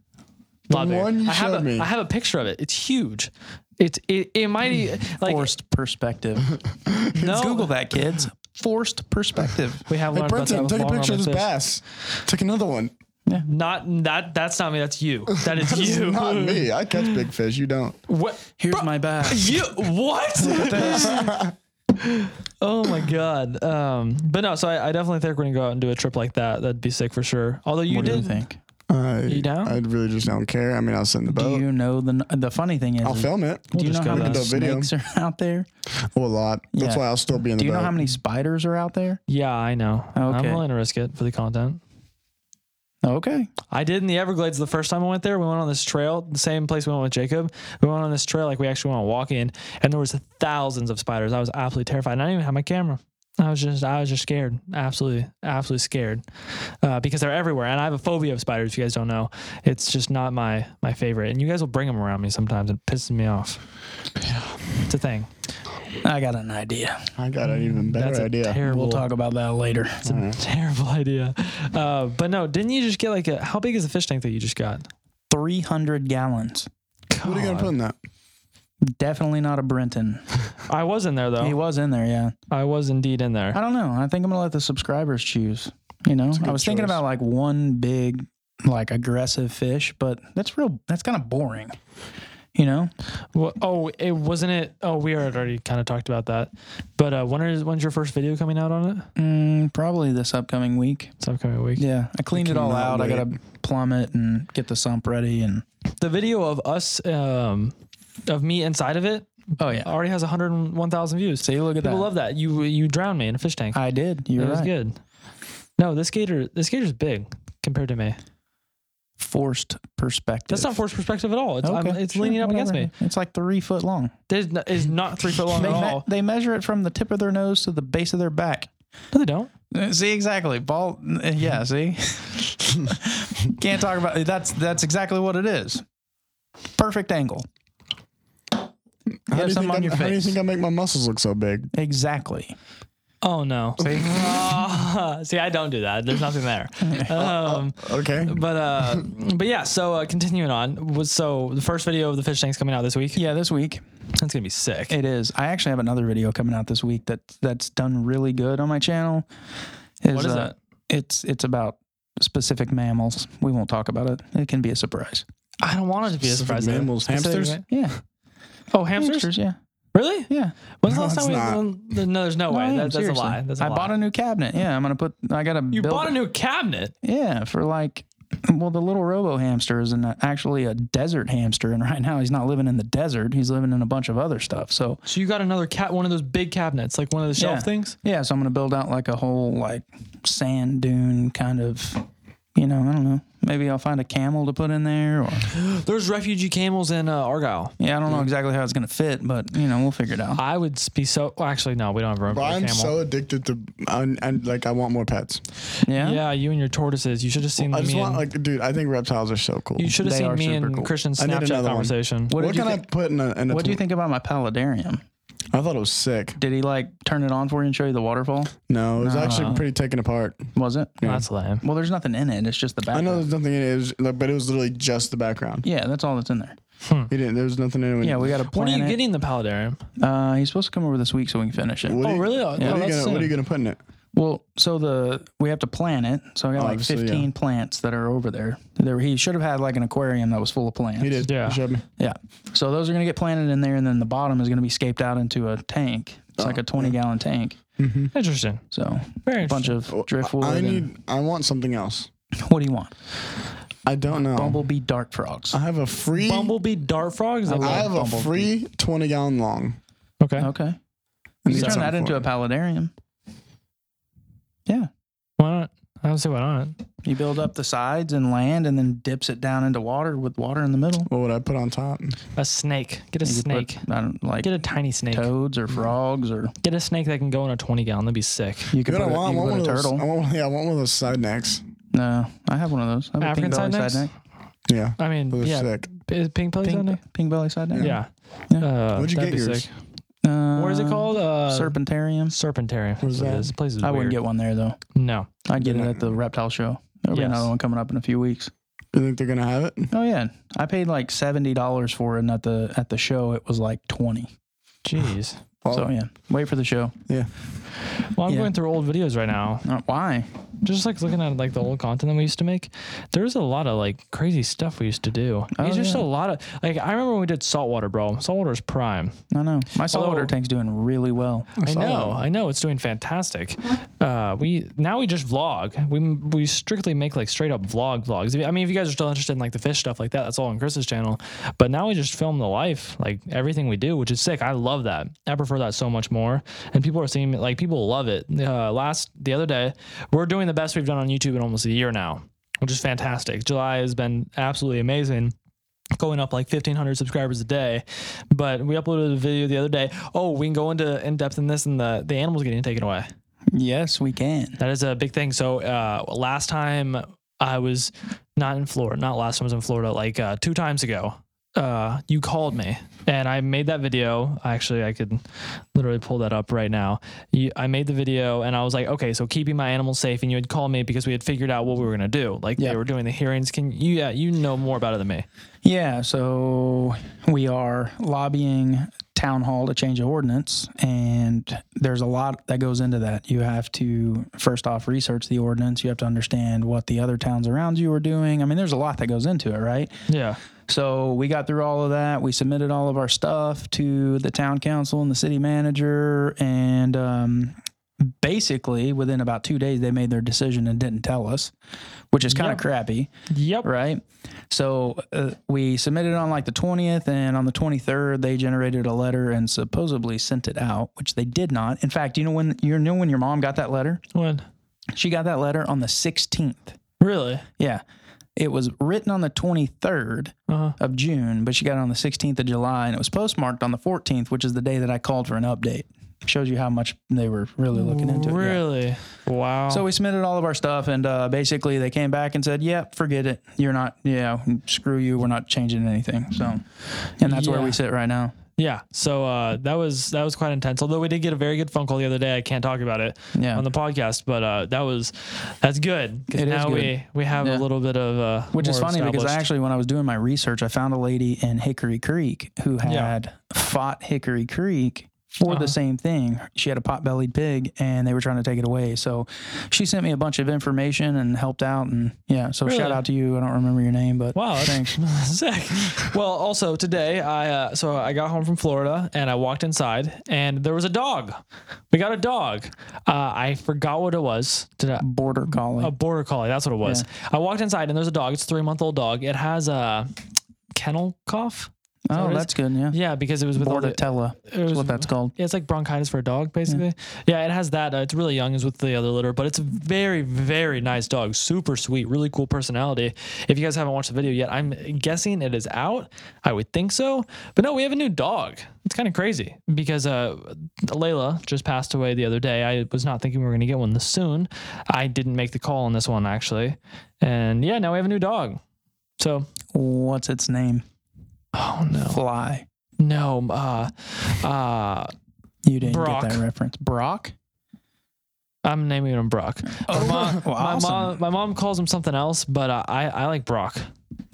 Speaker 1: lot
Speaker 2: The
Speaker 1: bigger.
Speaker 2: one you
Speaker 1: I have
Speaker 2: showed
Speaker 1: a,
Speaker 2: me.
Speaker 1: I have a picture of it. It's huge. It's it. It might e- like
Speaker 3: Forced perspective.
Speaker 1: (laughs) no.
Speaker 3: Google that, kids. Forced perspective.
Speaker 1: We have
Speaker 2: hey,
Speaker 1: one.
Speaker 2: Brenton, take a picture of this bass. Take another one.
Speaker 1: Not that. That's not me. That's
Speaker 2: (laughs)
Speaker 1: you. That is
Speaker 2: It's
Speaker 1: you.
Speaker 2: not me. I catch big fish. You don't.
Speaker 1: (laughs) What?
Speaker 3: Here's my back.
Speaker 1: (laughs) You what? (laughs) oh my god. Um, but no, so I, I definitely think we're gonna go out and do a trip like that. That'd be sick for sure. Although you
Speaker 3: What do you
Speaker 1: did,
Speaker 3: think?
Speaker 2: I,
Speaker 1: You don't?
Speaker 2: I really just don't care. I mean, I'll sit in the
Speaker 3: Do
Speaker 2: boat.
Speaker 3: you know the the funny thing is?
Speaker 2: I'll film it.
Speaker 3: do you
Speaker 1: just
Speaker 3: know
Speaker 1: go
Speaker 3: how many
Speaker 2: to the video.
Speaker 3: snakes are (laughs) out there?
Speaker 2: Oh, a lot. That's
Speaker 3: Yeah.
Speaker 2: why I'll still be in the
Speaker 3: Do you
Speaker 2: boat.
Speaker 3: know how many spiders are out there?
Speaker 1: yeah, I know. I'm
Speaker 3: Okay.
Speaker 1: willing to risk it for the content.
Speaker 3: Okay.
Speaker 1: I did in the Everglades the first time I went there. We went on this trail, the same place we went with Jacob. We went on this trail, like we actually went walking, and there was thousands of spiders. I was absolutely terrified. And I didn't even have my camera. I was just, I was just scared, absolutely, absolutely scared, uh, because they're everywhere, and I have a phobia of spiders. If you guys don't know, it's just not my my favorite. And you guys will bring them around me sometimes. It pisses me off. It's a thing.
Speaker 3: I got an idea.
Speaker 2: I got an even better
Speaker 1: That's a
Speaker 2: idea.
Speaker 1: terrible,
Speaker 3: We'll talk about that later.
Speaker 1: it's a (laughs) terrible idea. Uh, but no, didn't you just get like a? How big is the fish tank that you just got?
Speaker 3: 300 gallons.
Speaker 2: what are you gonna
Speaker 1: God.
Speaker 2: put in that?
Speaker 3: Definitely not a Brenton.
Speaker 1: I was in there
Speaker 3: He
Speaker 1: though.
Speaker 3: was in there, yeah.
Speaker 1: I was indeed in there.
Speaker 3: I don't know. I think I'm gonna let the subscribers choose. You know,
Speaker 2: a
Speaker 3: I
Speaker 2: good
Speaker 3: was thinking
Speaker 2: choice.
Speaker 3: about like one big, like aggressive fish, but that's real. That's kind of boring. You know,
Speaker 1: Well, oh, it wasn't it. Oh, we had already kind of talked about that. But uh, when is when's your first video coming out on it?
Speaker 3: mm, probably this upcoming week.
Speaker 1: It's upcoming week.
Speaker 3: Yeah, I cleaned it all
Speaker 2: cannot
Speaker 3: out. I gotta plumb it and get the sump ready. And
Speaker 1: The video of us, um, of me inside of it,
Speaker 3: oh yeah,
Speaker 1: already has 101,000 views.
Speaker 3: see, look at
Speaker 1: People
Speaker 3: that.
Speaker 1: love that. You you drowned me in a fish tank.
Speaker 3: I did. You're
Speaker 1: It was
Speaker 3: right.
Speaker 1: good. No, this gator, this gator's big compared to me.
Speaker 3: Forced perspective.
Speaker 1: That's not forced perspective at all. It's, I'm- it's
Speaker 3: sure,
Speaker 1: leaning up against
Speaker 3: whatever.
Speaker 1: me.
Speaker 3: It's like three foot long.
Speaker 1: There's no, it's not three foot long
Speaker 3: They,
Speaker 1: at
Speaker 3: me-
Speaker 1: all.
Speaker 3: they measure it from the tip of their nose to the base of their back.
Speaker 1: No, they don't.
Speaker 3: Uh, See exactly, ball. uh, Yeah, (laughs) see. Can't talk about that's that's exactly what it is. Perfect angle. You
Speaker 2: How do
Speaker 3: have
Speaker 2: you
Speaker 3: something
Speaker 2: think
Speaker 3: on
Speaker 2: I-
Speaker 3: your
Speaker 2: How do you
Speaker 3: face.
Speaker 2: think I make my muscles look so big?
Speaker 3: Exactly.
Speaker 1: Oh no.
Speaker 3: See?
Speaker 1: Ah, (laughs) see, I don't do that. There's nothing there. Um,
Speaker 2: Okay.
Speaker 1: but uh, but yeah. So uh, continuing on, was so the first video of the fish tanks coming out this week.
Speaker 3: Yeah, this week
Speaker 1: That's gonna be sick.
Speaker 3: it is. I actually have another video coming out this week that that's done really good on my channel. Is,
Speaker 1: What is
Speaker 3: uh, It's it's about specific mammals. We won't talk about it. It can be a surprise.
Speaker 1: I don't want it to be a surprise. though.
Speaker 2: Mammals, hamsters.
Speaker 3: Yeah,
Speaker 1: Oh, hamsters?
Speaker 3: yeah,
Speaker 1: Really?
Speaker 3: yeah.
Speaker 1: When's the
Speaker 2: No,
Speaker 1: last
Speaker 2: it's
Speaker 1: time we?
Speaker 2: not.
Speaker 1: when- no, there's no,
Speaker 3: No, I
Speaker 1: way.
Speaker 3: am,
Speaker 1: That, that's a
Speaker 3: seriously.
Speaker 1: lie. That's a
Speaker 3: I
Speaker 1: lie.
Speaker 3: bought a new cabinet. Yeah, I'm gonna put. I gotta.
Speaker 1: You
Speaker 3: build,
Speaker 1: bought a new cabinet.
Speaker 3: Yeah, for like, well, the little robo hamster is an, actually a desert hamster, and right now he's not living in the desert. He's living in a bunch of other stuff. So
Speaker 1: So you got another cat, one of those big cabinets, like one of the shelf
Speaker 3: Yeah.
Speaker 1: things.
Speaker 3: yeah, so I'm gonna build out like a whole like sand dune kind of, you know, I don't know. Maybe I'll find a camel to put in there, or
Speaker 1: There's refugee camels in uh, Argyle.
Speaker 3: yeah, I don't know exactly how it's gonna fit, but you know, we'll figure it out.
Speaker 1: I would be so. well, actually, no, we don't have room for
Speaker 2: Bro,
Speaker 1: a
Speaker 2: I'm
Speaker 1: camel.
Speaker 2: so addicted to, and, and like, I want more pets.
Speaker 3: Yeah,
Speaker 1: yeah, you and your tortoises. You should have seen
Speaker 2: I just
Speaker 1: me.
Speaker 2: want,
Speaker 1: and-
Speaker 2: like, dude, I think reptiles are so cool.
Speaker 1: you should have
Speaker 3: they
Speaker 1: seen
Speaker 3: are
Speaker 1: me
Speaker 3: super
Speaker 1: and
Speaker 3: cool.
Speaker 1: Christian's
Speaker 2: I need another
Speaker 1: Snapchat
Speaker 2: one.
Speaker 1: conversation.
Speaker 3: What
Speaker 2: What,
Speaker 3: did you
Speaker 2: can
Speaker 3: think?
Speaker 2: I put in a? In a
Speaker 3: What do you
Speaker 2: tool-
Speaker 3: think about my paludarium?
Speaker 2: I thought it was sick.
Speaker 3: Did he like turn it on for you and show you the waterfall?
Speaker 2: No, it was
Speaker 1: No.
Speaker 2: actually pretty taken apart.
Speaker 3: Was it?
Speaker 1: That's lame.
Speaker 3: Well, there's nothing in it. It's just the
Speaker 2: I
Speaker 3: background.
Speaker 2: know there's nothing in it, it was, like, but it was literally just the background.
Speaker 3: Yeah, that's all that's in there.
Speaker 2: He didn't. There was nothing in it. when-
Speaker 3: Hmm. Yeah, we got a
Speaker 1: When are
Speaker 3: plan.
Speaker 1: you
Speaker 3: it.
Speaker 1: getting the paludarium?
Speaker 3: Uh, he's supposed to come over this week so we can finish it.
Speaker 2: What
Speaker 1: Oh,
Speaker 2: are you-
Speaker 1: really? Oh,
Speaker 2: What,
Speaker 1: yeah,
Speaker 2: are
Speaker 1: that's
Speaker 2: you gonna, what
Speaker 1: soon.
Speaker 2: are you gonna put in it?
Speaker 3: Well, so the we have to plan it. So I got like
Speaker 2: Obviously,
Speaker 3: 15 plants that are over there. There he should have had like an aquarium that was full of plants.
Speaker 2: He did.
Speaker 1: Yeah.
Speaker 2: He showed me.
Speaker 3: Yeah. So those are gonna get planted in there, and then the bottom is gonna be scaped out into a tank. It's
Speaker 2: Oh.
Speaker 3: like a 20 gallon tank.
Speaker 1: Interesting.
Speaker 3: So
Speaker 1: Very
Speaker 3: a bunch of
Speaker 2: Mm-hmm.
Speaker 3: driftwood.
Speaker 2: Oh, I
Speaker 3: and-
Speaker 2: need. I want something else.
Speaker 3: what do you want?
Speaker 2: I don't know.
Speaker 3: Bumblebee dart frogs.
Speaker 2: Oh. I have a free.
Speaker 1: Bumblebee dart frogs.
Speaker 2: I have
Speaker 3: Bumblebee.
Speaker 2: a free twenty gallon long.
Speaker 1: Okay.
Speaker 3: Okay.
Speaker 2: I
Speaker 3: You
Speaker 2: need
Speaker 3: turn
Speaker 2: something
Speaker 3: that into
Speaker 2: for
Speaker 3: a
Speaker 2: it.
Speaker 3: paludarium. Yeah.
Speaker 1: Why not? I don't see why not.
Speaker 3: You build up the sides and land, and then dips it down into water with water in the middle.
Speaker 2: What would I put on top?
Speaker 1: A snake. Get a
Speaker 3: You could put-
Speaker 1: snake.
Speaker 3: I don't like
Speaker 1: Get a tiny snake.
Speaker 3: toads or frogs or
Speaker 1: Get a snake that can go in a 20 gallon. That'd be sick.
Speaker 3: you could
Speaker 2: You know
Speaker 3: put
Speaker 2: what
Speaker 3: a,
Speaker 2: I want? I
Speaker 3: you
Speaker 2: want
Speaker 3: could
Speaker 2: one of
Speaker 3: put a
Speaker 2: those. I
Speaker 3: turtle.
Speaker 2: want, yeah, I want one of those side necks.
Speaker 3: No, I have one of those. I have
Speaker 1: African
Speaker 3: a pink belly
Speaker 1: side
Speaker 3: side,
Speaker 1: necks?
Speaker 3: neck.
Speaker 2: Yeah,
Speaker 1: I mean,
Speaker 2: those are
Speaker 1: yeah.
Speaker 2: sick.
Speaker 1: Is Pink Pelly's on
Speaker 3: Pink, pink belly side neck.
Speaker 1: Yeah.
Speaker 3: Yeah.
Speaker 1: Uh,
Speaker 2: Where'd you
Speaker 1: that'd
Speaker 2: get
Speaker 1: be
Speaker 2: yours?
Speaker 1: sick.
Speaker 3: Uh,
Speaker 1: Where is it called? Uh,
Speaker 3: Serpentarium.
Speaker 1: Serpentarium.
Speaker 2: Where's
Speaker 1: That's what it
Speaker 2: that?
Speaker 1: is. The place is
Speaker 3: I
Speaker 1: weird.
Speaker 3: wouldn't get one there though.
Speaker 1: No.
Speaker 3: I'd get it at the reptile show. There'll
Speaker 1: Yes.
Speaker 3: be another one coming up in a few weeks.
Speaker 2: You think they're gonna have it?
Speaker 3: Oh yeah, I paid like seventy dollars for it, and at the at the show it was like twenty.
Speaker 1: Jeez.
Speaker 2: Well,
Speaker 3: So yeah, wait for the show.
Speaker 2: yeah.
Speaker 1: Well, I'm
Speaker 3: Yeah.
Speaker 1: going through old videos right now.
Speaker 3: Uh, why?
Speaker 1: Just like looking at like the old content that we used to make. There's a lot of like crazy stuff we used to do.
Speaker 3: Oh,
Speaker 1: There's just a
Speaker 3: yeah.
Speaker 1: lot of like I remember when we did saltwater, bro. Saltwater is prime.
Speaker 3: I know my saltwater
Speaker 1: Although-
Speaker 3: tank's doing really well.
Speaker 1: I know, I know, it's doing fantastic. Uh, we now we just vlog. We we strictly make like straight up vlog vlogs. I mean, if you guys are still interested in like the fish stuff like that, that's all on Chris's channel. But now we just film the life, like everything we do, which is sick. I love that. I prefer that so much more. And people are seeing it, like people love it. Uh, last the other day, we're doing the best we've done on YouTube in almost a year now, which is fantastic. July has been absolutely amazing going up like 1500 subscribers a day but we uploaded a video the other day oh we can go into in depth in this and the the animals getting taken away
Speaker 3: Yes, we can.
Speaker 1: that is a big thing so uh last time i was not in florida not last time i was in florida like uh two times ago uh you called me and i made that video actually i could literally pull that up right now you, i made the video and i was like okay so keeping my animals safe and you had called me because we had figured out what we were going to do like
Speaker 3: Yeah.
Speaker 1: they were doing the hearings can you yeah you know more about it than me
Speaker 3: Yeah, so we are lobbying town hall to change the ordinance, and there's a lot that goes into that. You have to first off research the ordinance. You have to understand what the other towns around you are doing. I mean, there's a lot that goes into it, right?
Speaker 1: yeah
Speaker 3: So we got through all of that. We submitted all of our stuff to the town council and the city manager, and um, basically within about two days they made their decision and didn't tell us, which is kind of
Speaker 1: Yep.
Speaker 3: crappy
Speaker 1: yep
Speaker 3: right? So uh, we submitted on like the 20th, and on the 23rd, they generated a letter and supposedly sent it out, which they did not. In fact, you know when you know when your mom got that letter
Speaker 1: when
Speaker 3: She got that letter on the 16th.
Speaker 1: Really?
Speaker 3: Yeah. It was written on the 23rd
Speaker 1: Uh-huh.
Speaker 3: of June, but she got it on the 16th of July and it was postmarked on the 14th, which is the day that I called for an update. Shows you how much they were really looking into it. yeah.
Speaker 1: Really? Wow.
Speaker 3: So we submitted all of our stuff, and uh, basically they came back and said, "Yep, forget it. You're not. Yeah, screw you. We're not changing anything." So, and that's where
Speaker 1: Yeah.
Speaker 3: we sit right now.
Speaker 1: yeah. So uh, that was that was quite intense. Although we did get a very good phone call the other day. I can't talk about it
Speaker 3: Yeah.
Speaker 1: on the podcast, but uh, that was that's good because
Speaker 3: It is
Speaker 1: now we we have a
Speaker 3: Yeah.
Speaker 1: little bit of uh,
Speaker 3: Which is
Speaker 1: more
Speaker 3: funny because I
Speaker 1: established-
Speaker 3: actually, when I was doing my research, I found a lady in Hickory Creek who
Speaker 1: Yeah.
Speaker 3: had fought Hickory Creek for
Speaker 1: Uh-huh.
Speaker 3: the same thing. She had a pot bellied pig and they were trying to take it away. So she sent me a bunch of information and helped out. And yeah, so shout
Speaker 1: Really?
Speaker 3: out to you. I don't remember your name, but
Speaker 1: Wow, that's-
Speaker 3: thanks.
Speaker 1: (laughs) Sick. Well, also today, I uh, so I got home from Florida and I walked inside and there was a dog. We got a dog. Uh, I forgot what it was. Did I?
Speaker 3: Border Collie.
Speaker 1: A border collie. That's what it was. I walked inside and there's a dog. It's a three month old dog. It has a kennel cough. that
Speaker 3: oh,
Speaker 1: what it is?
Speaker 3: that's good. Yeah.
Speaker 1: Yeah, because it was with all the-
Speaker 3: Bordetella
Speaker 1: it was
Speaker 3: is what that's called.
Speaker 1: yeah, it's like bronchitis for a dog, basically. Yeah, it has that. Uh, it's really young, is with the other litter, but it's a very, very nice dog. Super sweet, really cool personality. If you guys haven't watched the video yet, I'm guessing it is out. I would think so. But no, we have a new dog. It's kind of crazy because uh, Layla just passed away the other day. I was not thinking we were going to get one this soon. I didn't make the call on this one, actually. And yeah, now we have a new dog. So,
Speaker 3: What's its name?
Speaker 1: oh no.
Speaker 3: Fly.
Speaker 1: No, uh, uh,
Speaker 3: You didn't
Speaker 1: Brock.
Speaker 3: get that reference. Brock?
Speaker 1: I'm naming him Brock.
Speaker 3: Oh, my,
Speaker 1: my
Speaker 3: well, awesome.
Speaker 1: mom my mom calls him something else, but uh, I I like Brock.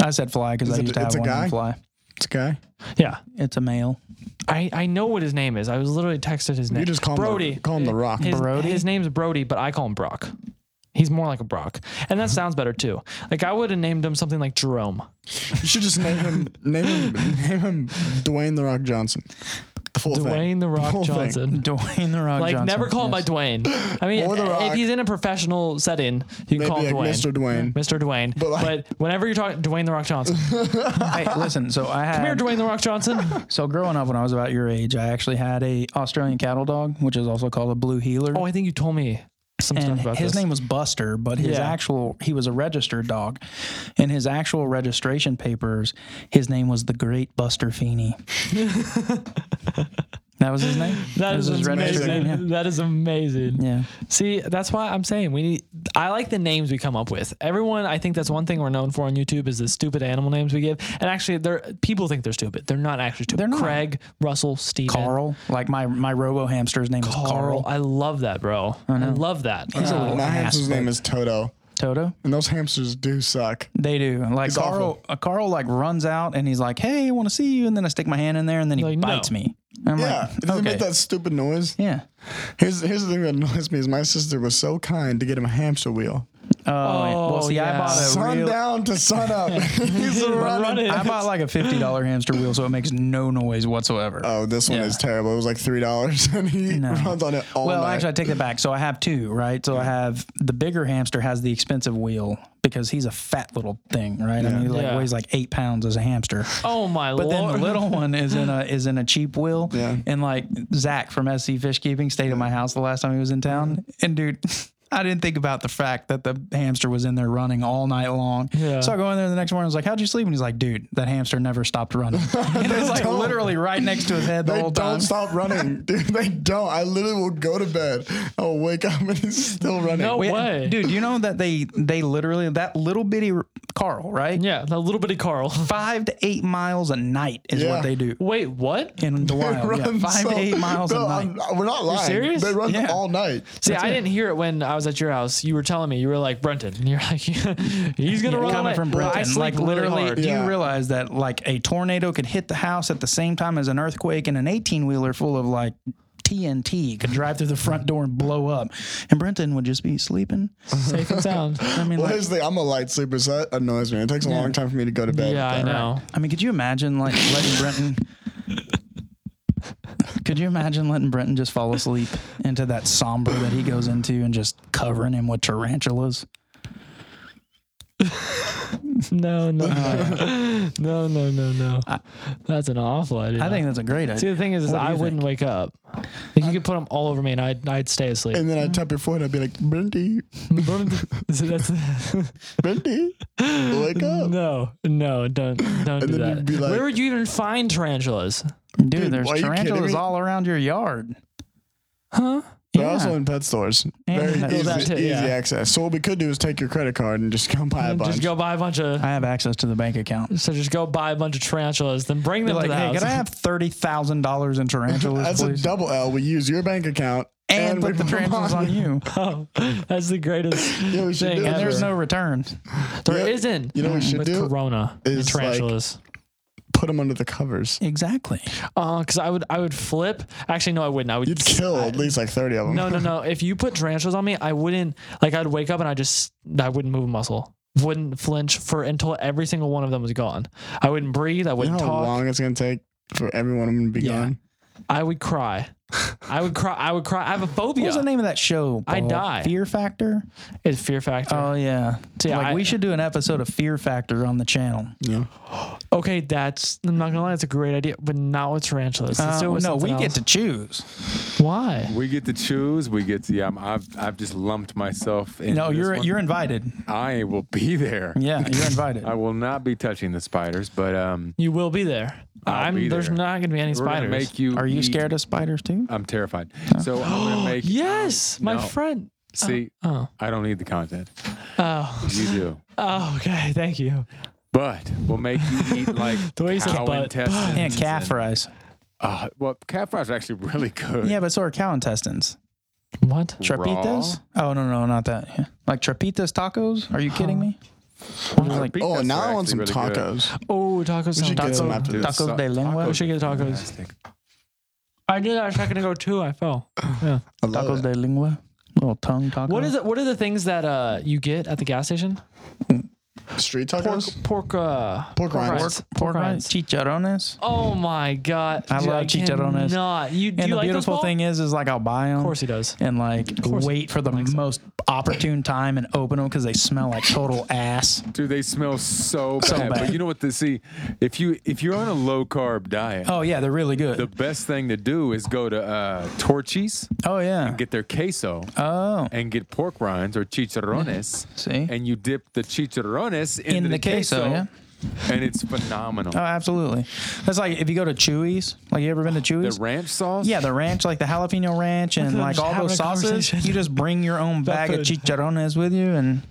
Speaker 3: I said fly because
Speaker 2: Is
Speaker 3: I
Speaker 2: it-
Speaker 3: used to
Speaker 2: it's
Speaker 3: have
Speaker 2: a
Speaker 3: one
Speaker 2: guy?
Speaker 3: named fly.
Speaker 2: It's okay.
Speaker 1: Yeah,
Speaker 3: It's a male. (laughs)
Speaker 1: I I know what his name is. I was literally texted his name.
Speaker 2: You just call him
Speaker 1: Brody.
Speaker 2: the, call him the rock.
Speaker 1: his,
Speaker 3: Brody?
Speaker 1: His name's Brody, but I call him Brock. He's more like a Brock, and
Speaker 2: Mm-hmm.
Speaker 1: that sounds better too. Like I would have named him something like Jerome.
Speaker 2: You should just name him name him name him Dwayne the Rock Johnson. The full thing.
Speaker 1: Dwayne the Rock
Speaker 2: Whole thing.
Speaker 1: Johnson.
Speaker 3: Dwayne the Rock
Speaker 1: Like
Speaker 3: Johnson.
Speaker 1: never call
Speaker 3: Yes.
Speaker 1: him by Dwayne. I mean,
Speaker 2: Or The
Speaker 1: if
Speaker 2: Rock.
Speaker 1: he's in a professional setting, you can
Speaker 2: Maybe
Speaker 1: call
Speaker 2: like
Speaker 1: him Dwayne.
Speaker 2: Mr. Dwayne.
Speaker 1: Mr. Dwayne. But,
Speaker 2: But, like-
Speaker 1: whenever you're talking Dwayne the Rock Johnson,
Speaker 3: hey, listen. So I
Speaker 2: (laughs)
Speaker 3: had
Speaker 1: here Dwayne the Rock Johnson.
Speaker 3: so growing up when I was about your age, I actually had a Australian cattle dog, which is also called a blue heeler.
Speaker 1: Oh, I think you told me some
Speaker 3: and
Speaker 1: stuff about
Speaker 3: his
Speaker 1: this.
Speaker 3: name was Buster, but his
Speaker 1: Yeah.
Speaker 3: actual he was a registered dog, and his actual registration papers, his name was the Great
Speaker 1: (laughs)
Speaker 3: Buster Feeney. that was his name.
Speaker 1: That
Speaker 3: was
Speaker 1: is amazing.
Speaker 3: name.
Speaker 1: That is amazing.
Speaker 3: Yeah. yeah.
Speaker 1: See, that's why I'm saying we need. I like the names we come up with. Everyone, I think that's one thing we're known for on YouTube is the stupid animal names we give. And actually, they're people think they're stupid. They're not actually stupid.
Speaker 3: They're not.
Speaker 1: Craig, Russell, Steven,
Speaker 3: Carl, like my my Robo hamster's name was
Speaker 1: Carl.
Speaker 3: Carl.
Speaker 1: I love that, bro. I, love that.
Speaker 3: a little
Speaker 2: My
Speaker 3: ass,
Speaker 2: hamster's
Speaker 3: but-
Speaker 2: name is Toto,
Speaker 3: Toto.
Speaker 2: and those hamsters do suck.
Speaker 3: They do. Like
Speaker 2: It's
Speaker 3: Carl,
Speaker 2: awful.
Speaker 3: uh, Carl like runs out and he's like, "Hey, I want to see you," and then I stick my hand in there and then he
Speaker 1: Like, no.
Speaker 3: bites me. And I'm
Speaker 2: Yeah, it
Speaker 3: like,
Speaker 2: doesn't
Speaker 3: okay,
Speaker 2: make that stupid noise.
Speaker 3: yeah.
Speaker 2: Here's here's the thing that annoys me is my sister was so kind to get him a hamster wheel.
Speaker 3: Oh, well, see, I
Speaker 1: yeah.
Speaker 3: bought a
Speaker 2: Sun
Speaker 3: real,
Speaker 2: down to sun
Speaker 3: (laughs)
Speaker 2: up. He's
Speaker 1: (laughs)
Speaker 2: running.
Speaker 1: running.
Speaker 3: I bought like a fifty dollar hamster wheel, so it makes no noise whatsoever.
Speaker 2: Oh, this one
Speaker 3: Yeah.
Speaker 2: is terrible. It was like three dollars, (laughs) and he runs on it all
Speaker 3: well,
Speaker 2: night.
Speaker 3: actually, I take that back. So I have two, right? So I have the bigger hamster has the expensive wheel because he's a fat little thing, right? I mean, he like
Speaker 1: Yeah.
Speaker 3: weighs like eight pounds as a hamster.
Speaker 1: Oh my
Speaker 3: But then
Speaker 1: lord!
Speaker 3: the little one is in a is in a cheap wheel.
Speaker 2: Yeah.
Speaker 3: And like Zach from SC Fish Keeping stayed at my house the last time he was in town. And dude, (laughs) I didn't think about the fact that the hamster was in there running all night long.
Speaker 1: Yeah.
Speaker 3: So I go in there the next morning. I was like, "How'd you sleep?" And he's like, "Dude, that hamster never stopped running." (laughs) and it was like
Speaker 2: don't.
Speaker 3: literally right next to his head the
Speaker 2: they
Speaker 3: whole
Speaker 2: don't
Speaker 3: time.
Speaker 2: stop
Speaker 3: (laughs)
Speaker 2: running, dude. They don't. I literally will go to bed. I'll wake up and he's still running.
Speaker 1: No
Speaker 3: We-
Speaker 1: way,
Speaker 3: dude. You know that they they literally that little bitty r- Carl, right?
Speaker 1: Yeah, that little bitty Carl. (laughs)
Speaker 3: Five to eight miles a night is
Speaker 2: Yeah.
Speaker 3: what they do
Speaker 1: Wait, what?
Speaker 3: in the wild. Yeah,
Speaker 2: Run
Speaker 3: five
Speaker 2: so-
Speaker 3: to eight miles
Speaker 2: No,
Speaker 3: a night.
Speaker 2: I'm- we're not lying.
Speaker 1: serious?
Speaker 2: They run
Speaker 3: Yeah.
Speaker 2: all night.
Speaker 1: See, I didn't hear it when I was at your house. You were telling me you were like Brenton, and you're like, (laughs) he's gonna
Speaker 3: Yeah,
Speaker 1: run
Speaker 3: coming
Speaker 1: away.
Speaker 3: from
Speaker 1: Well, I
Speaker 3: Britain,
Speaker 1: sleep
Speaker 3: like
Speaker 1: really
Speaker 3: literally,
Speaker 1: hard.
Speaker 3: do you
Speaker 2: Yeah.
Speaker 3: realize that like a tornado could hit the house at the same time as an earthquake, and an eighteen wheeler full of like TNT could drive through the front door and blow up, and Brenton would just be sleeping.
Speaker 1: safe and sound.
Speaker 3: I mean,
Speaker 2: Well,
Speaker 3: like,
Speaker 2: here's the thing. I'm a light sleeper, so that annoys me. It takes a long time for me to go to bed.
Speaker 1: (laughs) Yeah, I know.
Speaker 3: I mean, could you imagine like letting Brenton? Could you imagine letting Brenton just fall asleep into that somber that he goes into and just covering him with tarantulas?
Speaker 1: (laughs) No, no, (laughs) no, no, no, no. That's an awful idea.
Speaker 3: I think that's a great idea.
Speaker 1: See, the thing is, is
Speaker 3: What do
Speaker 1: I
Speaker 3: you
Speaker 1: wouldn't wake up. Like, you you could put them all over me, and I'd I'd stay asleep.
Speaker 2: And then I'd tap your foot. I'd be like, Brindy,
Speaker 1: (laughs) So that's- (laughs)
Speaker 2: Brindy, wake up.
Speaker 1: no, no, don't don't do
Speaker 2: then
Speaker 1: that.
Speaker 2: you'd be like-
Speaker 1: Where would you even find tarantulas?
Speaker 3: Dude,
Speaker 2: Dude,
Speaker 3: there's
Speaker 2: are you kidding
Speaker 3: tarantulas
Speaker 2: me?
Speaker 3: all around your yard.
Speaker 1: Huh?
Speaker 2: They're
Speaker 3: Yeah.
Speaker 2: also in pet stores.
Speaker 3: And
Speaker 2: Very
Speaker 3: pet
Speaker 2: easy,
Speaker 1: stores.
Speaker 2: easy
Speaker 1: Yeah.
Speaker 2: access. So what we could do is take your credit card and just go buy a bunch.
Speaker 1: Just go buy a bunch of
Speaker 3: I have access to the bank account.
Speaker 1: so just go buy a bunch of tarantulas, then bring
Speaker 3: They're
Speaker 1: them
Speaker 3: like,
Speaker 1: to the
Speaker 3: hey,
Speaker 1: house.
Speaker 3: could I have thirty thousand dollars in tarantulas,
Speaker 2: That's
Speaker 3: please?
Speaker 2: a double L. We use your bank account
Speaker 3: and
Speaker 2: we
Speaker 3: put the
Speaker 2: buy-
Speaker 3: tarantulas on you.
Speaker 1: (laughs) Oh, that's the greatest
Speaker 2: (laughs) Yeah, we should
Speaker 1: thing
Speaker 2: do that.
Speaker 1: ever.
Speaker 3: And there's no returns.
Speaker 1: there
Speaker 2: Yeah.
Speaker 1: not
Speaker 2: You know what we should
Speaker 1: with
Speaker 2: do?
Speaker 1: Corona and
Speaker 2: is, like-
Speaker 1: tarantulas.
Speaker 2: Put them under the covers.
Speaker 3: Exactly.
Speaker 1: Uh, because I would I would flip. Actually, no, I wouldn't. I would
Speaker 2: You'd kill at least like thirty of
Speaker 1: (laughs)
Speaker 2: them.
Speaker 1: No, no, no. If you put tarantulas on me, I wouldn't like. I'd wake up and I just I wouldn't move a muscle, wouldn't flinch for until every single one of them was gone. I wouldn't breathe. I
Speaker 2: you know
Speaker 1: wouldn't
Speaker 2: how
Speaker 1: talk.
Speaker 2: long it's gonna take for every one of them to be
Speaker 3: Yeah.
Speaker 2: gone.
Speaker 1: I would cry. I would cry. I would cry. I have a
Speaker 3: What
Speaker 1: phobia.
Speaker 3: was the name of that show?
Speaker 1: I
Speaker 3: Paul?
Speaker 1: die.
Speaker 3: Fear Factor.
Speaker 1: It's Fear Factor.
Speaker 2: Uh,
Speaker 3: Oh yeah.
Speaker 1: See,
Speaker 3: like
Speaker 1: I-
Speaker 3: we should do an episode of Fear Factor on the channel.
Speaker 2: Yeah.
Speaker 1: okay, that's I'm not gonna lie. That's a great idea, but not with tarantulas. Let's
Speaker 3: Uh,
Speaker 1: do it with
Speaker 3: no, we
Speaker 1: something
Speaker 3: get
Speaker 1: else.
Speaker 3: to choose.
Speaker 1: Why?
Speaker 4: We get to choose. We get to. Yeah, I'm, I've I've just lumped myself. Into
Speaker 3: No,
Speaker 4: this
Speaker 3: you're
Speaker 4: one.
Speaker 3: you're invited.
Speaker 4: I will be there. (laughs)
Speaker 3: Yeah, you're invited.
Speaker 4: I will not be touching the spiders, but um,
Speaker 1: You will be there.
Speaker 4: I'll
Speaker 1: am
Speaker 4: be
Speaker 1: There's
Speaker 4: there.
Speaker 1: not gonna be any
Speaker 4: we're gonna
Speaker 1: spiders.
Speaker 4: make you.
Speaker 3: Are you
Speaker 4: eat-
Speaker 3: scared of spiders too?
Speaker 4: I'm terrified.
Speaker 3: (gasps)
Speaker 4: So I'm gonna make.
Speaker 1: yes, my
Speaker 4: No.
Speaker 1: friend.
Speaker 4: See,
Speaker 3: Uh,
Speaker 1: Oh,
Speaker 4: I don't need the content.
Speaker 1: oh,
Speaker 4: You do.
Speaker 1: oh. Okay, thank you.
Speaker 4: But we'll make
Speaker 3: (laughs)
Speaker 4: you eat like
Speaker 1: The way you said
Speaker 4: cow
Speaker 1: but-
Speaker 4: intestines.
Speaker 3: And calf fries.
Speaker 4: Uh, well, calf fries are actually really good.
Speaker 3: Yeah, but so are cow intestines.
Speaker 1: What?
Speaker 3: Trapitos? Oh no, no, not that. Yeah. Like trapitas tacos? Are you kidding me? Or just like
Speaker 2: Oh,
Speaker 4: Pitas
Speaker 2: and now
Speaker 4: are
Speaker 2: I want
Speaker 4: actually
Speaker 2: some
Speaker 4: really good.
Speaker 2: tacos.
Speaker 1: Oh, tacos.
Speaker 2: We
Speaker 1: sound
Speaker 2: should get some
Speaker 1: good.
Speaker 2: after
Speaker 4: Dude,
Speaker 2: this.
Speaker 3: Tacos de lengua.
Speaker 1: We should get tacos.
Speaker 4: fantastic.
Speaker 1: I did that a second ago too. I fell. Yeah.
Speaker 2: I love
Speaker 3: tacos
Speaker 2: it.
Speaker 3: de lengua, little tongue tacos.
Speaker 1: What is it? What are the things that uh you get at the gas station?
Speaker 2: Street
Speaker 1: Pork, (laughs)
Speaker 2: tacos.
Speaker 1: pork, uh,
Speaker 2: Pork rinds.
Speaker 3: Pork, pork rinds, chicharrones.
Speaker 1: Oh my god!
Speaker 3: I
Speaker 1: Dude,
Speaker 3: love chicharrones.
Speaker 1: Not you. Do
Speaker 3: And
Speaker 1: you
Speaker 3: the
Speaker 1: like those,
Speaker 3: beautiful
Speaker 1: Paul?
Speaker 3: thing is, is like I'll buy them.
Speaker 1: Of course he
Speaker 3: (laughs)
Speaker 1: does.
Speaker 3: and like wait for the most opportune time and open them because they smell like total ass.
Speaker 4: Dude, they smell so
Speaker 3: bad.
Speaker 4: bad. But you know what? The, see, if you if you're on a low carb diet,
Speaker 3: Oh yeah, they're really good.
Speaker 4: the best thing to do is go to uh, Torchy's,
Speaker 3: oh yeah.
Speaker 4: get their queso,
Speaker 3: Oh,
Speaker 4: and get pork rinds or chicharrones.
Speaker 3: See?
Speaker 4: and you dip the chicharrones into
Speaker 3: in the queso, yeah.
Speaker 4: and it's phenomenal.
Speaker 3: Oh, absolutely. That's like if you go to Chewy's. Like you ever been to
Speaker 4: the
Speaker 3: Chewy's?
Speaker 4: ranch sauce,
Speaker 3: yeah, the ranch, like the jalapeno ranch, and
Speaker 1: I'm
Speaker 3: like
Speaker 1: just
Speaker 3: all
Speaker 1: having
Speaker 3: those
Speaker 1: a
Speaker 3: sauces.
Speaker 1: conversation.
Speaker 3: You just bring your own bag of
Speaker 1: food.
Speaker 3: chicharrones with you, and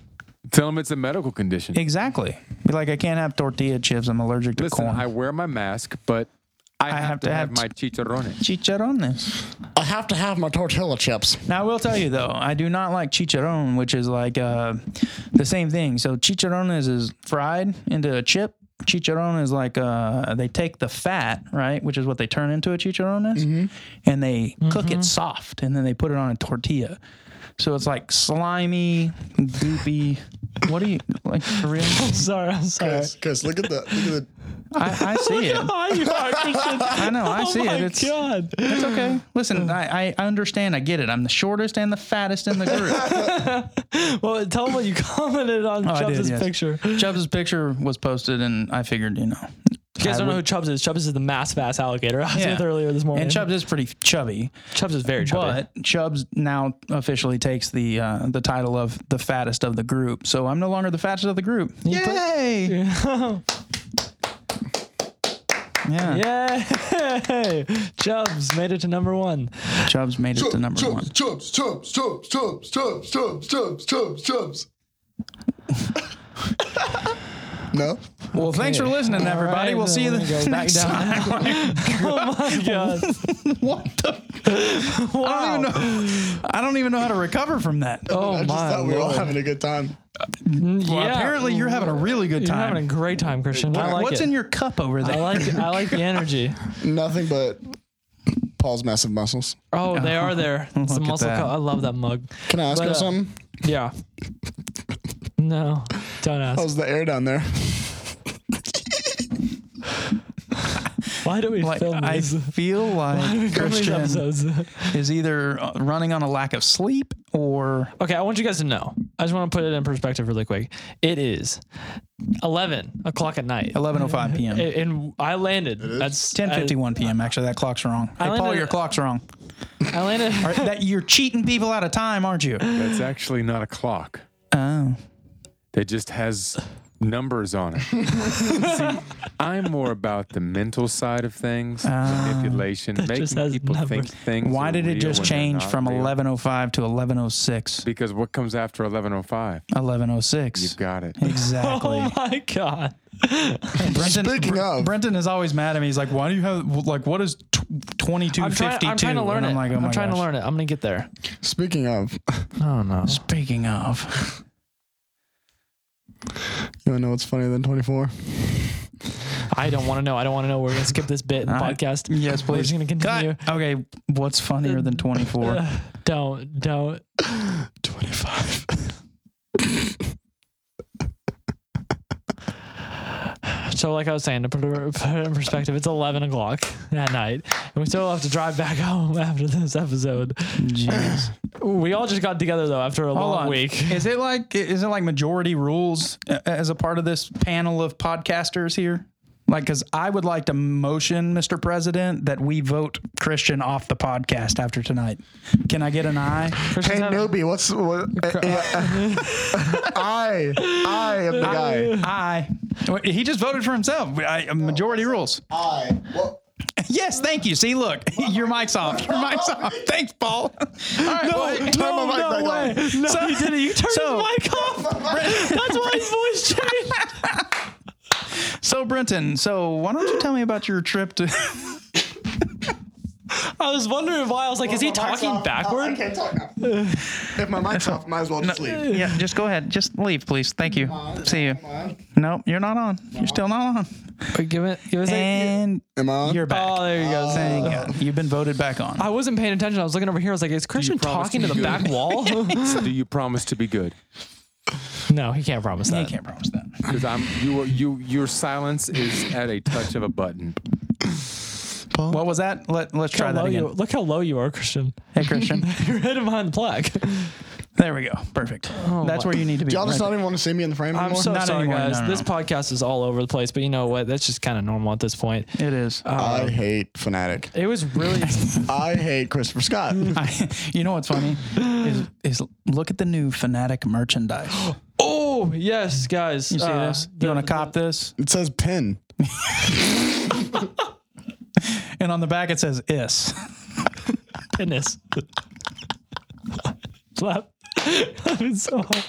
Speaker 4: Tell them it's a medical condition.
Speaker 3: exactly. Be like, I can't have tortilla chips. I'm allergic to
Speaker 4: Listen,
Speaker 3: corn.
Speaker 4: I wear my mask, but I, have, to, have,
Speaker 3: t- (laughs)
Speaker 4: my chicharrones.
Speaker 3: chicharrones.
Speaker 2: I have to have my tortilla chips.
Speaker 3: Now, I will tell you though, I do not like chicharron, which is like uh, the same thing. So chicharrones is fried into a chip. Chicharron is like uh, they take the fat, right, which is what they turn into a chicharrones,
Speaker 2: Mm-hmm.
Speaker 3: and they cook
Speaker 1: Mm-hmm.
Speaker 3: it soft, and then they put it on a tortilla. So it's like slimy, goopy. What are you like
Speaker 1: (laughs)
Speaker 3: for real?
Speaker 1: Sorry, I'm sorry.
Speaker 2: Chris, Chris, look at the look at
Speaker 3: I, I
Speaker 1: (laughs)
Speaker 3: see it.
Speaker 1: Oh, you are Christian.
Speaker 3: (laughs) I know. I
Speaker 1: oh
Speaker 3: see
Speaker 1: my
Speaker 3: it. It's
Speaker 1: god!
Speaker 3: it's okay. Listen, I, I understand. I get it. I'm the shortest and the fattest in the group.
Speaker 1: (laughs)
Speaker 3: Oh,
Speaker 1: Well, tell him what you (laughs) commented on
Speaker 3: I did,
Speaker 1: Chubbs'
Speaker 3: yes. Uh,
Speaker 1: picture. You
Speaker 3: Chubbs' picture was posted, and I figured, you know.
Speaker 1: guys
Speaker 3: I
Speaker 1: don't know
Speaker 3: would-
Speaker 1: who Chubbs is. Chubbs is the massive ass alligator. (laughs) I was with earlier this morning.
Speaker 3: And Chubbs is pretty chubby,
Speaker 1: Chubbs is very chubby.
Speaker 3: but Chubbs now officially takes the uh, the title of the fattest of the group. So I'm no longer the fattest of the group.
Speaker 1: (laughs)
Speaker 3: Yay! yeah.
Speaker 1: (laughs) Yay! (laughs) Chubbs made it to number
Speaker 3: (laughs)
Speaker 1: one.
Speaker 3: Chubbs made it to number one.
Speaker 2: the chubs, chubs, chubs, chubs, chubs, chubs, chubs, chubs, chubs. (laughs) no,
Speaker 3: Well, thanks for listening, everybody.
Speaker 1: right,
Speaker 3: we'll
Speaker 1: then
Speaker 3: see you
Speaker 1: we're gonna go
Speaker 3: the
Speaker 1: back
Speaker 3: (laughs) next
Speaker 1: down.
Speaker 3: time.
Speaker 1: Oh my (laughs) god!
Speaker 3: what the? I don't even know. I don't even know how to recover from that.
Speaker 1: Oh
Speaker 2: I just
Speaker 1: my
Speaker 2: thought we were all
Speaker 1: lord.
Speaker 2: having a good time.
Speaker 3: Well,
Speaker 1: yeah.
Speaker 3: apparently you're having a really good
Speaker 1: You're
Speaker 3: time.
Speaker 1: having a great time, Christian. I like
Speaker 3: What's
Speaker 1: it.
Speaker 3: in your cup over there?
Speaker 1: I like I like the energy.
Speaker 3: (laughs)
Speaker 2: Nothing but Paul's massive muscles.
Speaker 1: Oh, they are there. It's a
Speaker 3: (laughs) Look at
Speaker 1: muscle.
Speaker 3: that.
Speaker 1: Co- I love that mug.
Speaker 2: Can I ask
Speaker 1: But,
Speaker 2: you
Speaker 1: uh,
Speaker 2: something?
Speaker 3: (laughs)
Speaker 1: Yeah. No,
Speaker 3: Oh,
Speaker 1: don't ask.
Speaker 2: How's the air down there?
Speaker 1: Why do we
Speaker 3: (laughs) Like
Speaker 1: film
Speaker 3: I
Speaker 1: these? (laughs)
Speaker 3: feel
Speaker 1: Why do we film
Speaker 3: like
Speaker 1: these
Speaker 3: (laughs) Christian
Speaker 1: episodes?
Speaker 3: is either uh, running on a lack of sleep
Speaker 1: (laughs)
Speaker 3: or
Speaker 1: Okay, I want you guys to know. I just want to put it in perspective really quick. It is 11 o'clock at night.
Speaker 3: 11:05 p.m.
Speaker 1: A- And I landed. That's
Speaker 3: 10:51 p.m. Actually, that clock's wrong. Hey,
Speaker 1: landed
Speaker 3: Paul, your
Speaker 1: at-
Speaker 3: clock's wrong.
Speaker 1: I landed.
Speaker 3: All right, that you're cheating people out of time, aren't
Speaker 1: (laughs)
Speaker 3: you?
Speaker 4: That's actually not a clock.
Speaker 3: Oh,
Speaker 4: that just has numbers on it. See, I'm more about the mental side of things, manipulation,
Speaker 1: just
Speaker 4: making
Speaker 1: has
Speaker 4: people think
Speaker 1: numbers.
Speaker 4: things.
Speaker 3: why
Speaker 4: are
Speaker 3: did it
Speaker 4: real
Speaker 3: just
Speaker 4: when they're
Speaker 3: change
Speaker 4: not
Speaker 3: from
Speaker 4: real?
Speaker 3: 11:05 to 11:06?
Speaker 4: Because what comes after 1105?
Speaker 3: 11:06.
Speaker 1: (laughs)
Speaker 4: Got it.
Speaker 1: (laughs)
Speaker 3: Exactly.
Speaker 1: Oh my God.
Speaker 3: Brenton,
Speaker 2: Speaking of-
Speaker 3: Brenton is always mad at me. He's like, "Why do you have like what is twenty two
Speaker 1: I'm trying,
Speaker 3: fifty
Speaker 1: I'm
Speaker 3: two?
Speaker 1: trying to learn
Speaker 3: and
Speaker 1: it.
Speaker 3: I'm like, "Oh
Speaker 1: I'm
Speaker 3: my
Speaker 1: trying
Speaker 3: gosh."
Speaker 1: to learn it. I'm going to get there.
Speaker 2: Speaking of,
Speaker 1: Oh no.
Speaker 3: Speaking of,
Speaker 2: you wanna know what's funnier than 24?
Speaker 1: I don't want to know. I don't want to know. We're going to skip this bit in the
Speaker 3: All right.
Speaker 1: podcast.
Speaker 3: (laughs) yes,
Speaker 1: We're
Speaker 3: please.
Speaker 1: just going to continue.
Speaker 3: Cut. Okay, what's funnier than twenty
Speaker 1: (laughs)
Speaker 3: four?
Speaker 1: Don't, don't.
Speaker 2: 25.
Speaker 1: So, like I was saying, to put it put it in perspective, it's 11 o'clock at night, and we still have to drive back (laughs) home after this episode.
Speaker 3: Jeez.
Speaker 1: We all just got together though after a
Speaker 3: Hold
Speaker 1: long
Speaker 3: on.
Speaker 1: week. (laughs)
Speaker 3: Is it like is it like majority rules a- as a part of this panel of podcasters here? Like, because I would like to motion, Mr. President, that we vote Christian off the podcast after tonight. Can I get an
Speaker 1: (laughs)
Speaker 3: eye?
Speaker 2: Hey, newbie, what's. What, I, I am the guy.
Speaker 3: Aye. Wait, He just voted for himself. I, majority rules.
Speaker 2: I. Well,
Speaker 3: Yes, thank you. See, look, (laughs) your mic's off. Your mic's (laughs) off. Thanks, Paul. All right, well,
Speaker 2: turn my mic
Speaker 1: no
Speaker 2: back
Speaker 1: way.
Speaker 2: on.
Speaker 1: No,
Speaker 3: So-
Speaker 1: you didn't. You turned
Speaker 3: so-
Speaker 1: the mic off. That's why his voice changed.
Speaker 3: so Brenton, so why don't you tell me about your trip to? (laughs)
Speaker 1: I was wondering why. I was like, is he
Speaker 2: My mic's
Speaker 1: talking
Speaker 2: off.
Speaker 1: backward?
Speaker 2: I can't talk now. if my mic's off, might as well just leave.
Speaker 3: yeah, just go ahead. Just leave, please. Thank you. See you. No, you're not on. You're still not on.
Speaker 1: Wait, give it. Give us a.
Speaker 3: And
Speaker 2: Am I on?
Speaker 3: you're back.
Speaker 1: Oh, there you go.
Speaker 3: Thank God. Uh, You've been voted back on.
Speaker 1: I wasn't paying attention. I was looking over here. I was like, is Christian
Speaker 4: promise
Speaker 1: talking
Speaker 4: to
Speaker 1: to the
Speaker 4: be
Speaker 1: back (laughs)
Speaker 4: good?
Speaker 1: wall?
Speaker 4: (laughs) Do you promise to be good?
Speaker 1: no, he can't promise
Speaker 3: I
Speaker 1: that.
Speaker 3: can't promise that.
Speaker 4: Because I'm you. are- You your silence is at a touch of a button.
Speaker 3: What was that? Let Let's try
Speaker 1: Look how
Speaker 3: that
Speaker 1: low you-
Speaker 3: again.
Speaker 1: look how low you are, Christian.
Speaker 3: Hey, (laughs)
Speaker 1: (laughs)
Speaker 3: Christian.
Speaker 1: You're hidden behind the plaque.
Speaker 3: There we go. Perfect. That's where you need to be.
Speaker 2: Y'all just
Speaker 3: right
Speaker 2: don't even want to see me in the
Speaker 1: (laughs)
Speaker 2: frame
Speaker 1: I'm
Speaker 2: anymore?
Speaker 1: so
Speaker 3: Not
Speaker 1: sorry,
Speaker 3: anymore. No,
Speaker 1: guys.
Speaker 3: no,
Speaker 1: This
Speaker 3: no.
Speaker 1: podcast is all over the place, but you know what? That's just kind of normal at this point.
Speaker 3: there. It is.
Speaker 2: I hate Fanatic.
Speaker 1: It (laughs) was really.
Speaker 2: I hate Christopher
Speaker 3: (laughs)
Speaker 2: Scott.
Speaker 3: (laughs) I, you know what's funny is, is look at the new Fanatic merchandise.
Speaker 1: oh yes, guys. Uh,
Speaker 3: You see this? You want
Speaker 1: (laughs)
Speaker 3: to cop this?
Speaker 2: It says pin.
Speaker 3: And on the back it says "is."
Speaker 1: Goodness. (laughs) Slap. I mean, so hard.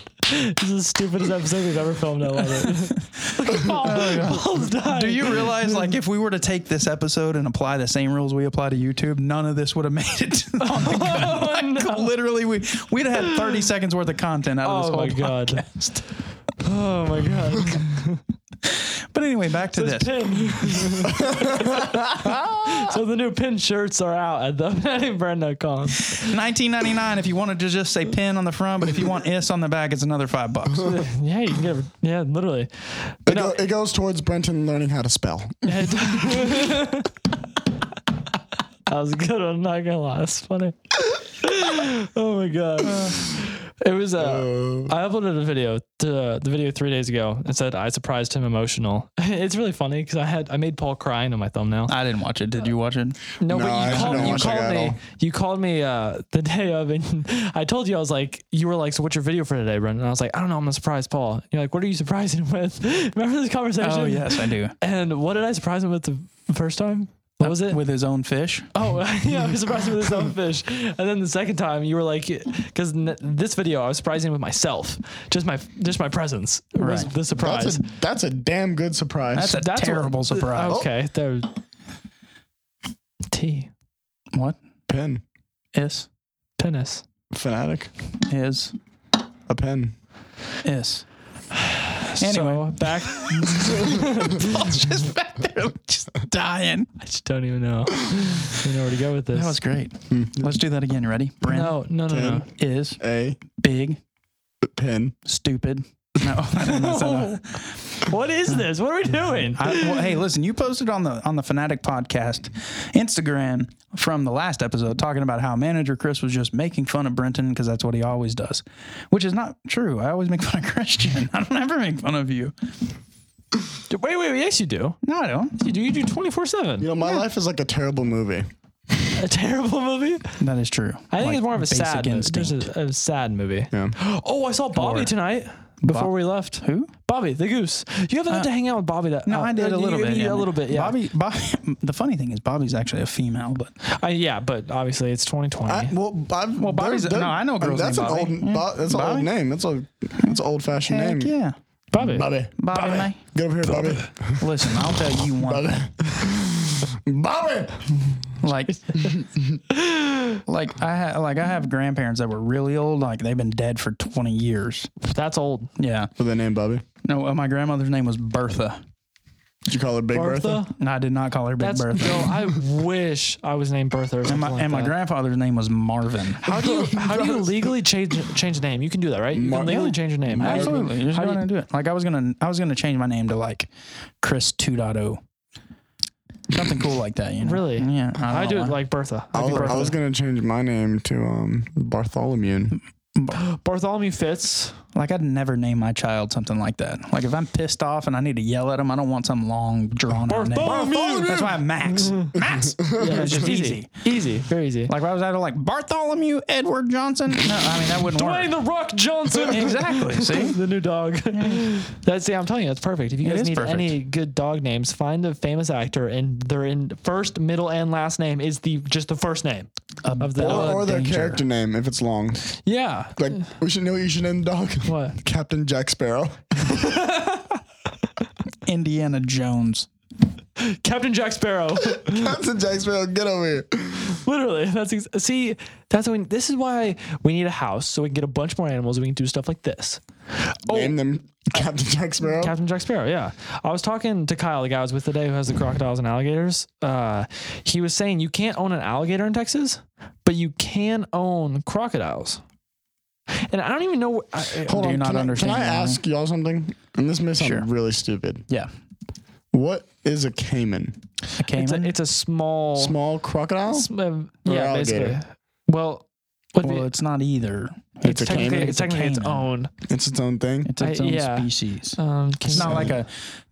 Speaker 1: This is the stupidest episode we've ever filmed. I (laughs) love it. Paul, Paul's dying.
Speaker 3: (laughs) Do you realize, like, if we were to take this episode and apply the same rules we apply to YouTube, none of this would have (laughs) made it. on the
Speaker 1: Oh,
Speaker 3: like, Literally, we we'd have had thirty seconds worth of content out of
Speaker 1: Oh, my
Speaker 3: this whole
Speaker 1: God.
Speaker 3: podcast.
Speaker 1: oh my god.
Speaker 3: But anyway, back to
Speaker 1: This
Speaker 3: this.
Speaker 1: (laughs) pin. so the new pin shirts are out at (laughs) themannybrand.com.
Speaker 3: 19.99 if you wanted to just say pin on the front, but if you want is on the back, it's another five (laughs) bucks.
Speaker 1: Yeah, you can get. Yeah, literally.
Speaker 2: It, go, it goes towards Brenton learning how to
Speaker 3: (laughs)
Speaker 2: spell.
Speaker 1: (laughs) That was a good. I'm not gonna lie. That's funny. oh my god. It was. Uh, I uploaded a video. To, the video three days ago. It said I surprised him emotional. (laughs) it's really funny because I had I made Paul crying on my thumbnail.
Speaker 3: I didn't watch it. Did you watch it?
Speaker 1: No,
Speaker 2: No,
Speaker 1: but
Speaker 2: I
Speaker 1: you
Speaker 2: actually
Speaker 1: called,
Speaker 2: don't
Speaker 1: you
Speaker 2: watch it
Speaker 1: called
Speaker 2: at
Speaker 1: me.
Speaker 2: all.
Speaker 1: You called me uh, the day of, and (laughs) I told you I was like, you were like, so what's your video for today, Brendan? And I was like, I don't know. I'm gonna surprise Paul. And you're like, what are you surprising him with? (laughs) Remember this conversation?
Speaker 3: Oh yes, I do.
Speaker 1: And what did I surprise him with the first time? What was it?
Speaker 3: With his own fish.
Speaker 1: Oh, (laughs) yeah, I was surprised him with his own fish. And then the second time, you were like, because n- this video, I was surprising him with myself, just my just my presence was
Speaker 3: Right.
Speaker 1: the surprise.
Speaker 2: That's a that's a damn good surprise.
Speaker 3: That's a
Speaker 1: That's what-
Speaker 3: terrible surprise.
Speaker 1: okay, there. T
Speaker 3: What?
Speaker 2: pen.
Speaker 3: Is
Speaker 1: penis.
Speaker 2: Fanatic.
Speaker 3: is
Speaker 2: A pen.
Speaker 3: (sighs) is.
Speaker 1: So
Speaker 3: Anyway,
Speaker 1: back, (laughs)
Speaker 3: just back there, just dying.
Speaker 1: I just don't even know. I don't know where to go with this.
Speaker 3: That was great. Let's do that again. Ready? Brent
Speaker 1: no, no, no, no.
Speaker 3: is
Speaker 2: A
Speaker 3: big,
Speaker 2: pen.
Speaker 3: (laughs) stupid. No, I didn't mess that up.
Speaker 1: (laughs) What is this? What are we doing?
Speaker 3: I, well, hey, listen, you posted on the on the Fanatic podcast Instagram from the last episode talking about how manager Chris was just making fun of Brenton because that's what he always does, which is not true. I always make fun of (laughs) Christian. I don't ever make fun of you.
Speaker 1: Wait, wait, wait. Yes, you do.
Speaker 3: No, I don't.
Speaker 1: You do. You do twenty four seven.
Speaker 2: You know, my life is like a terrible movie.
Speaker 1: A terrible movie.
Speaker 3: That is true.
Speaker 1: I think it's more of a sad. mo-
Speaker 3: instinct.
Speaker 1: There's a, a sad movie.
Speaker 2: Yeah.
Speaker 1: (gasps) Oh, I saw Bobby tonight before we left.
Speaker 3: Who?
Speaker 1: Bobby the goose. You haven't had to hang out with Bobby that.
Speaker 3: No,
Speaker 1: uh,
Speaker 3: I did a
Speaker 1: you-
Speaker 3: little
Speaker 1: you-
Speaker 3: bit.
Speaker 1: you-
Speaker 3: yeah.
Speaker 1: A little bit. Yeah.
Speaker 3: Bobby, Bobby. (laughs) The funny thing is, Bobby's actually a female, but
Speaker 1: I, Uh, yeah, but obviously it's twenty twenty.
Speaker 2: I, well, I've, well,
Speaker 3: Bobby's- no, I know a girl's
Speaker 2: That's
Speaker 3: named
Speaker 2: an
Speaker 3: Bobby.
Speaker 2: old.
Speaker 3: Yeah.
Speaker 2: Bo- that's
Speaker 3: Bobby?
Speaker 2: an old name. That's a. That's an old-fashioned
Speaker 3: heck
Speaker 2: name.
Speaker 3: yeah,
Speaker 1: Bobby.
Speaker 2: Bobby.
Speaker 3: Bobby. May.
Speaker 2: Get over here, Bobby.
Speaker 3: Listen, I'll tell you one.
Speaker 2: Bobby. Bobby. (laughs)
Speaker 3: like (laughs) like I ha- like I have grandparents that were really old, like they've been dead for twenty years.
Speaker 1: That's old.
Speaker 3: Yeah.
Speaker 2: With the name Bobby.
Speaker 3: No, uh, my grandmother's name was Bertha.
Speaker 2: Did you call her Big Bertha?
Speaker 1: Bertha.
Speaker 3: And I did not call her Big
Speaker 1: That's
Speaker 3: Bertha.
Speaker 1: no. I wish I was named Bertha. Or
Speaker 3: And my,
Speaker 1: something like
Speaker 3: and my
Speaker 1: that.
Speaker 3: grandfather's name was Marvin.
Speaker 1: How do you how do you legally change change the name? You can do that, right? You can legally change your name. How do you-
Speaker 3: Absolutely. You're just
Speaker 1: how do
Speaker 3: gonna do it. Like I was gonna I was gonna change my name to like Chris 2.0. Something cool like that, you know.
Speaker 1: Really?
Speaker 3: Yeah. I, don't
Speaker 1: I do
Speaker 3: know
Speaker 1: it
Speaker 3: why.
Speaker 1: like Bertha.
Speaker 2: I
Speaker 1: I'd be
Speaker 2: was, I
Speaker 1: Bertha.
Speaker 2: was gonna change my name to um Bartholomew.
Speaker 1: Bartholomew Fitz.
Speaker 3: like I'd never name my child something like that. Like if I'm pissed off and I need to yell at him, I don't want some long drawn out name.
Speaker 1: Bartholomew.
Speaker 3: That's why I'm
Speaker 1: (laughs)
Speaker 3: Max. Max.
Speaker 1: Yeah,
Speaker 3: it's just easy.
Speaker 1: Easy, very easy.
Speaker 3: Like if I was out of like Bartholomew Edward Johnson. No, I mean that wouldn't
Speaker 1: Dwayne
Speaker 3: work.
Speaker 1: the Rock Johnson.
Speaker 3: (laughs) Exactly.
Speaker 1: (laughs)
Speaker 3: See.
Speaker 1: the new dog. that's yeah, I'm telling you, that's perfect. If you guys
Speaker 3: is
Speaker 1: need
Speaker 3: perfect.
Speaker 1: any good dog names, find a famous actor and their in first, middle, and last name is the just the first name of the
Speaker 2: Or,
Speaker 1: dog.
Speaker 2: or their
Speaker 3: Oh, danger.
Speaker 2: character name if it's long.
Speaker 1: Yeah.
Speaker 2: Like we should know what you should name the dog.
Speaker 1: What?
Speaker 2: (laughs) Captain Jack Sparrow. (laughs)
Speaker 3: Indiana Jones.
Speaker 1: Captain Jack Sparrow. (laughs)
Speaker 2: Captain Jack Sparrow, get over here.
Speaker 1: Literally, (laughs) that's ex- see. That's when this is why we need a house so we can get a bunch more animals. and We can do stuff like this.
Speaker 3: Oh.
Speaker 2: Name them Captain Jack Sparrow.
Speaker 1: Captain Jack Sparrow. Yeah, I was talking to Kyle, the guy I was with today, who has the crocodiles and alligators. Uh, he was saying you can't own an alligator in Texas, but you can own crocodiles. And I don't even know. I, I-
Speaker 2: Hold
Speaker 3: Do
Speaker 2: on.
Speaker 3: not
Speaker 2: can, I-
Speaker 3: understand
Speaker 2: can I
Speaker 3: that.
Speaker 2: ask y'all something? And this may sound
Speaker 3: Sure.
Speaker 2: really stupid.
Speaker 3: Yeah.
Speaker 2: What is a caiman?
Speaker 3: A
Speaker 1: it's, a,
Speaker 3: Cayman.
Speaker 1: it's a small,
Speaker 3: Oh.
Speaker 2: Small crocodile?
Speaker 1: s- uh, yeah,
Speaker 2: alligator.
Speaker 1: basically. Well, what
Speaker 3: well, it's not either. It's,
Speaker 2: a
Speaker 1: technically,
Speaker 2: caiman?
Speaker 1: it's technically its
Speaker 3: caiman.
Speaker 1: own.
Speaker 2: It's its own thing.
Speaker 3: It's its
Speaker 1: I-
Speaker 3: own
Speaker 1: yeah.
Speaker 3: species.
Speaker 1: Um,
Speaker 3: It's not like a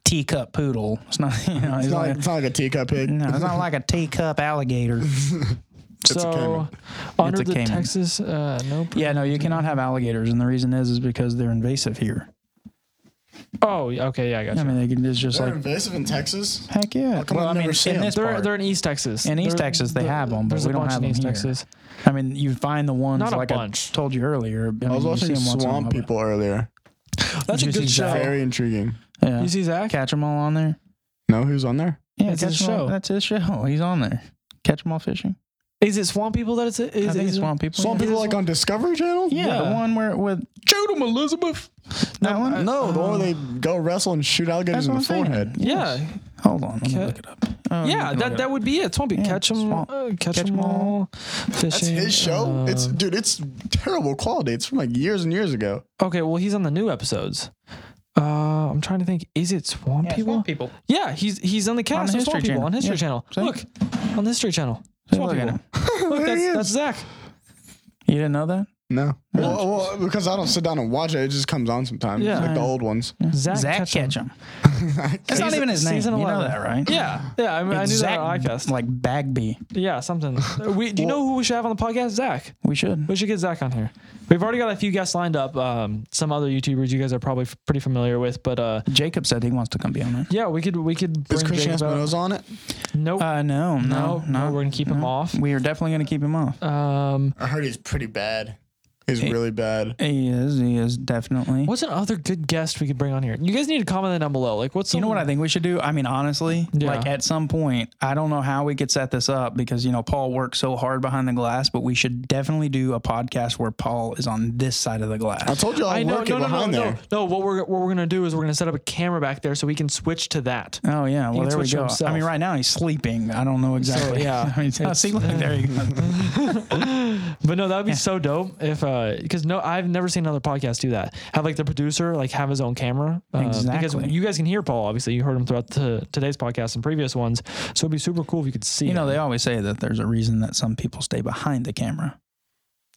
Speaker 3: teacup poodle. It's not. (laughs) You know, it's,
Speaker 2: It's not,
Speaker 3: like,
Speaker 2: like, it's not like a teacup pig.
Speaker 3: no, it's not like a teacup
Speaker 1: (laughs)
Speaker 3: alligator.
Speaker 2: a
Speaker 1: so
Speaker 2: caiman.
Speaker 1: under
Speaker 3: It's a
Speaker 1: the
Speaker 3: caiman.
Speaker 1: Texas. Uh, no.
Speaker 3: yeah. No, you cannot have alligators, and the reason is is because they're invasive here.
Speaker 1: Oh, okay. Yeah, I got you.
Speaker 3: I mean, they can, it's just
Speaker 2: They're
Speaker 3: like
Speaker 2: invasive in Texas.
Speaker 3: heck yeah.
Speaker 2: come I've never seen
Speaker 3: in
Speaker 2: them?
Speaker 3: this
Speaker 1: They're,
Speaker 3: part,
Speaker 1: they're in East Texas.
Speaker 3: In East
Speaker 1: They're-
Speaker 3: Texas, they
Speaker 1: they're-
Speaker 3: have 'em, but
Speaker 1: there's
Speaker 3: we
Speaker 1: a
Speaker 3: don't
Speaker 1: bunch
Speaker 3: have
Speaker 1: in
Speaker 3: 'em
Speaker 1: East
Speaker 3: here.
Speaker 1: Texas.
Speaker 3: I mean, you find the ones
Speaker 1: Not a
Speaker 3: like I
Speaker 1: bunch.
Speaker 3: told you earlier. I,
Speaker 2: I was
Speaker 3: mean,
Speaker 2: watching
Speaker 3: you see 'em once in a
Speaker 2: Swamp
Speaker 3: while,
Speaker 2: People earlier.
Speaker 1: That's a
Speaker 3: Juicy
Speaker 1: good show.
Speaker 3: Zach.
Speaker 2: Very intriguing.
Speaker 3: but- Yeah.
Speaker 1: You see Zach?
Speaker 3: Catch them all on there.
Speaker 2: No, who's on there?
Speaker 3: Yeah,
Speaker 1: That's
Speaker 3: catch
Speaker 1: his
Speaker 3: 'em all-
Speaker 1: show.
Speaker 3: That's his show. He's on there. Catch them all fishing.
Speaker 1: Is it Swamp People that it's? Is,
Speaker 3: I think
Speaker 1: is-
Speaker 3: it's Swamp People.
Speaker 2: Swamp
Speaker 3: yeah.
Speaker 2: People like on Discovery Channel?
Speaker 3: Yeah, the
Speaker 1: Yeah.
Speaker 3: one where with shoot 'em, Elizabeth. That one.
Speaker 2: No, Oh, the one where they go wrestle and shoot alligators
Speaker 3: That's
Speaker 2: in
Speaker 3: what
Speaker 2: the
Speaker 3: I'm saying.
Speaker 2: forehead.
Speaker 1: um, Yeah,
Speaker 3: Hold on, let me
Speaker 1: Ca-
Speaker 3: look it up. Oh, you
Speaker 1: yeah.
Speaker 3: can
Speaker 1: That
Speaker 3: look it
Speaker 1: that
Speaker 3: up.
Speaker 1: would be it. Swamp People.
Speaker 3: Yeah,
Speaker 1: catch them,
Speaker 3: Swamp-
Speaker 1: uh, catch
Speaker 3: catch
Speaker 1: them
Speaker 3: 'em
Speaker 1: all.
Speaker 3: all.
Speaker 2: That's
Speaker 1: Fishing.
Speaker 2: his show. it's
Speaker 1: uh,
Speaker 2: dude, it's terrible quality. It's from like years and years ago.
Speaker 1: okay. Well, he's on the new episodes. Uh, I'm trying to think. Is it Swamp
Speaker 3: Yeah,
Speaker 1: People?
Speaker 3: Swamp people.
Speaker 1: Yeah, he's he's on the cast of
Speaker 3: History
Speaker 1: Swamp People
Speaker 3: Channel.
Speaker 1: on History
Speaker 3: Yeah.
Speaker 1: Channel.
Speaker 3: See?
Speaker 1: Look on History Channel.
Speaker 3: See,
Speaker 1: Swamp
Speaker 3: look at
Speaker 1: People. (laughs) Look,
Speaker 2: There he
Speaker 1: that's,
Speaker 2: is.
Speaker 1: that's Zach.
Speaker 3: You didn't know that?
Speaker 2: No. Well, well, because I don't sit down and watch it, it just comes on sometimes.
Speaker 1: Yeah.
Speaker 2: Like the old ones.
Speaker 1: Zach,
Speaker 3: Zach
Speaker 1: Ketchum.
Speaker 3: Ketchum. That's not
Speaker 1: Season-
Speaker 3: even his name. You
Speaker 1: season
Speaker 3: know
Speaker 1: 11.
Speaker 3: that, right?
Speaker 1: Yeah, yeah. I, mean, I knew
Speaker 3: It's
Speaker 1: that
Speaker 3: Zach
Speaker 1: on the podcast.
Speaker 3: like Bagby.
Speaker 1: Yeah,
Speaker 3: (laughs)
Speaker 1: something. We, do you know who we should have on the podcast? Zach.
Speaker 3: We should.
Speaker 1: We should get Zach on here. We've already got a few guests lined up. Um, some other YouTubers you guys are probably f- pretty familiar with, but uh,
Speaker 3: Jacob said he wants to come be on it.
Speaker 1: yeah, we could we could bring
Speaker 2: Is Christian
Speaker 1: Jacob out.
Speaker 2: Espinosa on it?
Speaker 1: Nope.
Speaker 3: Uh, no,
Speaker 1: no,
Speaker 3: no,
Speaker 1: no, We're gonna keep him off.
Speaker 3: We are definitely going to keep him off.
Speaker 1: Um,
Speaker 2: I heard he's pretty bad. He's really bad.
Speaker 3: He is. He is definitely.
Speaker 1: what's another good guest we could bring on here? You guys need to comment that down below. Like, what's
Speaker 3: You know what I think we should do? I mean, honestly,
Speaker 1: Yeah.
Speaker 3: like at some point, I don't know how we could set this up because, you know, Paul works so hard behind the glass, but we should definitely do a podcast where Paul is on this side of the
Speaker 2: I
Speaker 3: glass.
Speaker 2: told you
Speaker 1: I
Speaker 2: I'll
Speaker 1: know.
Speaker 2: work
Speaker 1: No,
Speaker 2: it
Speaker 1: no, no,
Speaker 2: behind
Speaker 1: no,
Speaker 2: there.
Speaker 1: no. What we're what we're gonna do is we're gonna set up a camera back there so we can switch to that.
Speaker 3: Oh, yeah.
Speaker 1: can
Speaker 3: Well, there we
Speaker 1: switch to
Speaker 3: go.
Speaker 1: himself.
Speaker 3: I mean, right now he's sleeping. I don't (laughs) know exactly.
Speaker 1: yeah, (laughs)
Speaker 3: I mean, see, look, there you go.
Speaker 1: But no, that would be so dope if uh, because no, I've never seen another podcast do that. Have like the producer like have his own camera. Uh, Because
Speaker 3: Exactly.
Speaker 1: you guys can hear Paul. Obviously, you heard him throughout the, today's podcast and previous ones. So it'd be super cool if you could see.
Speaker 3: You know,
Speaker 1: him.
Speaker 3: they always say that there's a reason that some people stay behind the camera.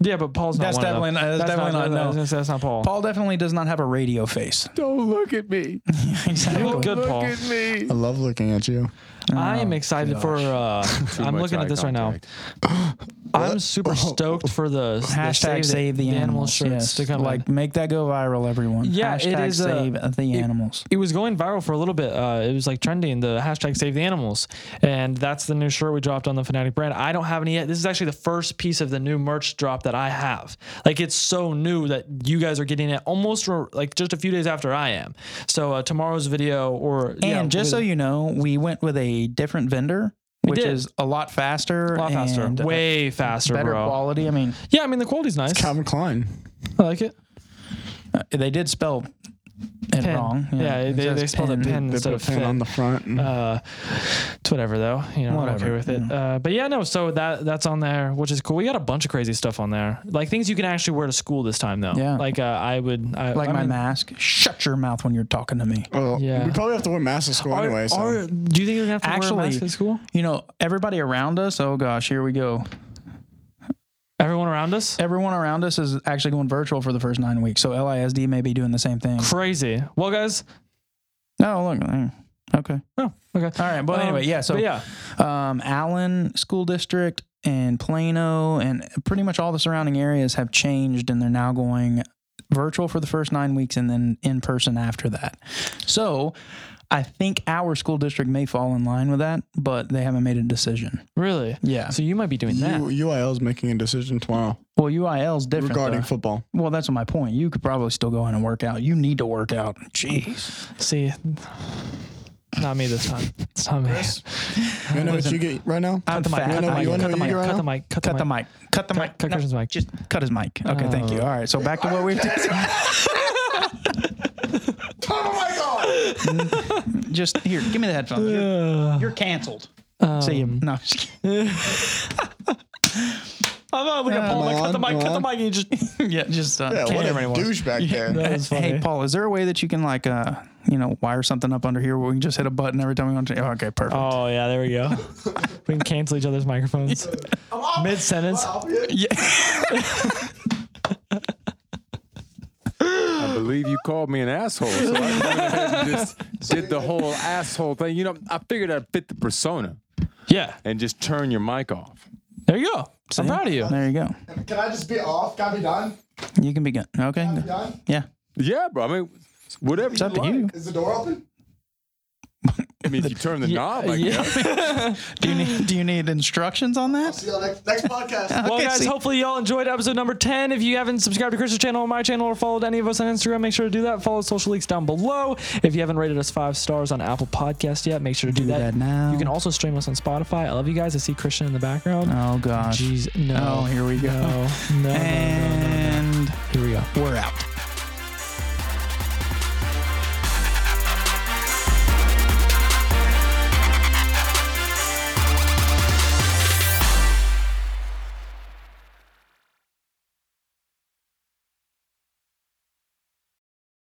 Speaker 1: yeah, but Paul's not.
Speaker 3: That's
Speaker 1: one of them.
Speaker 3: definitely not- that's definitely not, no.
Speaker 1: I was gonna say, That's not Paul.
Speaker 3: Paul definitely does not have a radio face. (laughs)
Speaker 4: Don't look at me.
Speaker 1: You look
Speaker 3: exactly.
Speaker 1: good, Paul.
Speaker 4: me.
Speaker 2: I love looking at you.
Speaker 1: I am excited for. Uh, I'm looking at this right now. I'm super stoked for the the
Speaker 3: Hashtag save, the, animals.
Speaker 1: shirts
Speaker 3: yes.
Speaker 1: to come
Speaker 3: like
Speaker 1: in.
Speaker 3: make that go viral, everyone.
Speaker 1: Yeah, it
Speaker 3: Hashtag
Speaker 1: is, uh,
Speaker 3: save the
Speaker 1: it-
Speaker 3: animals.
Speaker 1: It was going viral for a little bit. Uh, it was like trending the hashtag save the animals. And that's the new shirt we dropped on the Fanatic brand. I don't have any yet. This is actually the first piece of the new merch drop that I have. Like it's so new that you guys are getting it almost re- like just a few days after I am. So uh, tomorrow's video or
Speaker 3: And just so you know, we went with a different vendor, which
Speaker 1: did.
Speaker 3: is a lot faster,
Speaker 1: a lot faster,
Speaker 3: and, uh,
Speaker 1: way faster,
Speaker 3: better
Speaker 1: bro.
Speaker 3: quality. I mean,
Speaker 1: Yeah, I mean the quality's (laughs) nice.
Speaker 2: Calvin Klein.
Speaker 1: I like it.
Speaker 3: uh, they did spell it
Speaker 1: Pen.
Speaker 3: wrong.
Speaker 1: Yeah, they-
Speaker 3: says
Speaker 1: they spelled it pen.
Speaker 2: They
Speaker 1: Instead
Speaker 2: put a
Speaker 1: of
Speaker 2: pen
Speaker 1: fit.
Speaker 2: on the front. and-
Speaker 1: uh it's whatever though you know i'm okay
Speaker 3: Whatever,
Speaker 1: with it uh but yeah no so that that's on there which is cool we got a bunch of crazy stuff on there like things you can actually wear to school this time though
Speaker 3: Yeah.
Speaker 1: like uh, i would I,
Speaker 3: Like
Speaker 1: I
Speaker 3: my
Speaker 1: mean,
Speaker 3: mask. Shut your mouth when you're talking to me.
Speaker 2: well,
Speaker 1: yeah.
Speaker 2: we probably have to wear masks at school
Speaker 1: are,
Speaker 2: anyway. So.
Speaker 1: are- do you think you're gonna have to wear a mask
Speaker 3: Actually-
Speaker 1: at school
Speaker 3: You know, everybody around us, oh gosh, here we go.
Speaker 1: everyone around us
Speaker 3: Everyone around us is actually going virtual for the first nine weeks. So LISD may be doing the same thing.
Speaker 1: crazy well guys
Speaker 3: No, look. mm, Okay.
Speaker 1: oh okay
Speaker 3: All right. Well,
Speaker 1: Um,
Speaker 3: anyway, yeah. So
Speaker 1: but yeah
Speaker 3: um, Allen School District and Plano and pretty much all the surrounding areas have changed and they're now going virtual for the first nine weeks and then in person after that. So I think our school district may fall in line with that, but they haven't made a decision.
Speaker 1: really
Speaker 3: Yeah.
Speaker 1: so you might be doing that
Speaker 2: U- UIL is making a decision tomorrow
Speaker 3: Well, UIL is different.
Speaker 2: regarding
Speaker 3: though.
Speaker 2: football.
Speaker 3: well, that's my point. You could probably still go in and work out. You need to work out. Jeez.
Speaker 1: see not me this time it's not me
Speaker 2: You know what you get right now?
Speaker 3: I'm
Speaker 1: the mic,
Speaker 3: fat.
Speaker 1: cut
Speaker 2: You know-
Speaker 1: the
Speaker 2: you
Speaker 1: mic,
Speaker 2: wanna
Speaker 1: cut the
Speaker 2: know
Speaker 1: mic,
Speaker 2: you
Speaker 1: cut
Speaker 2: right
Speaker 1: the
Speaker 2: now?
Speaker 1: mic, cut the
Speaker 3: Cut the mic. Cut the
Speaker 1: Cut-
Speaker 3: mic.
Speaker 1: cut Christian's mic. Oh.
Speaker 3: Just cut his mic. Okay, thank you. All right, so back to what we've
Speaker 2: Oh
Speaker 3: just here. Give me the headphones. You're, (sighs) you're canceled. See you. No, I'm just kidding.
Speaker 1: I'm not looking at
Speaker 3: Uh,
Speaker 1: Paul. like, Cut the
Speaker 2: Come
Speaker 1: mic, cut the
Speaker 2: on,
Speaker 1: mic, and you just.
Speaker 3: (laughs) yeah, just
Speaker 2: my
Speaker 3: uh,
Speaker 2: god! Yeah, what
Speaker 3: can't-
Speaker 2: a
Speaker 1: Can't hear anyone.
Speaker 2: douchebag there.
Speaker 1: That was funny.
Speaker 3: Hey, Paul, is there a way that you can like uh, you know, wire something up under here where we can just hit a button every time we want to? Oh, okay, perfect.
Speaker 1: Oh yeah, there we
Speaker 3: (laughs)
Speaker 1: go. we can cancel each other's microphones. Mid sentence.
Speaker 4: I believe you called me an asshole. So I went ahead and just did the whole asshole thing. You know, I figured I'd fit the persona
Speaker 1: Yeah,
Speaker 4: and just turn your mic off.
Speaker 1: there you go. I'm proud of you.
Speaker 3: There you go.
Speaker 2: Can I just be off? Can I be done?
Speaker 3: You can begin. Okay.
Speaker 2: done?
Speaker 3: Yeah.
Speaker 4: Yeah, bro. I mean, whatever
Speaker 3: It's up
Speaker 4: you
Speaker 3: to
Speaker 4: like.
Speaker 3: you.
Speaker 2: Is the door open?
Speaker 4: I mean, if
Speaker 3: (laughs)
Speaker 4: you turn the knob, I guess.
Speaker 3: Do you need do you need instructions on that?
Speaker 2: See you next, next podcast.
Speaker 1: Well,
Speaker 3: Okay,
Speaker 1: guys,
Speaker 3: see-
Speaker 1: hopefully y'all enjoyed episode number 10. If you haven't subscribed to Chris's channel or my channel or followed any of us on Instagram, make sure to do that. Follow Social Leaks down below. If you haven't rated us five stars on Apple Podcast yet, make sure to do, that.
Speaker 3: that now.
Speaker 1: You can also stream us on Spotify. I love you guys. I see Christian in the background.
Speaker 3: Oh gosh.
Speaker 1: Jeez, no.
Speaker 3: Oh, here we go.
Speaker 1: No, no, no, no, no, no.
Speaker 3: And
Speaker 1: Here we go.
Speaker 3: we're out.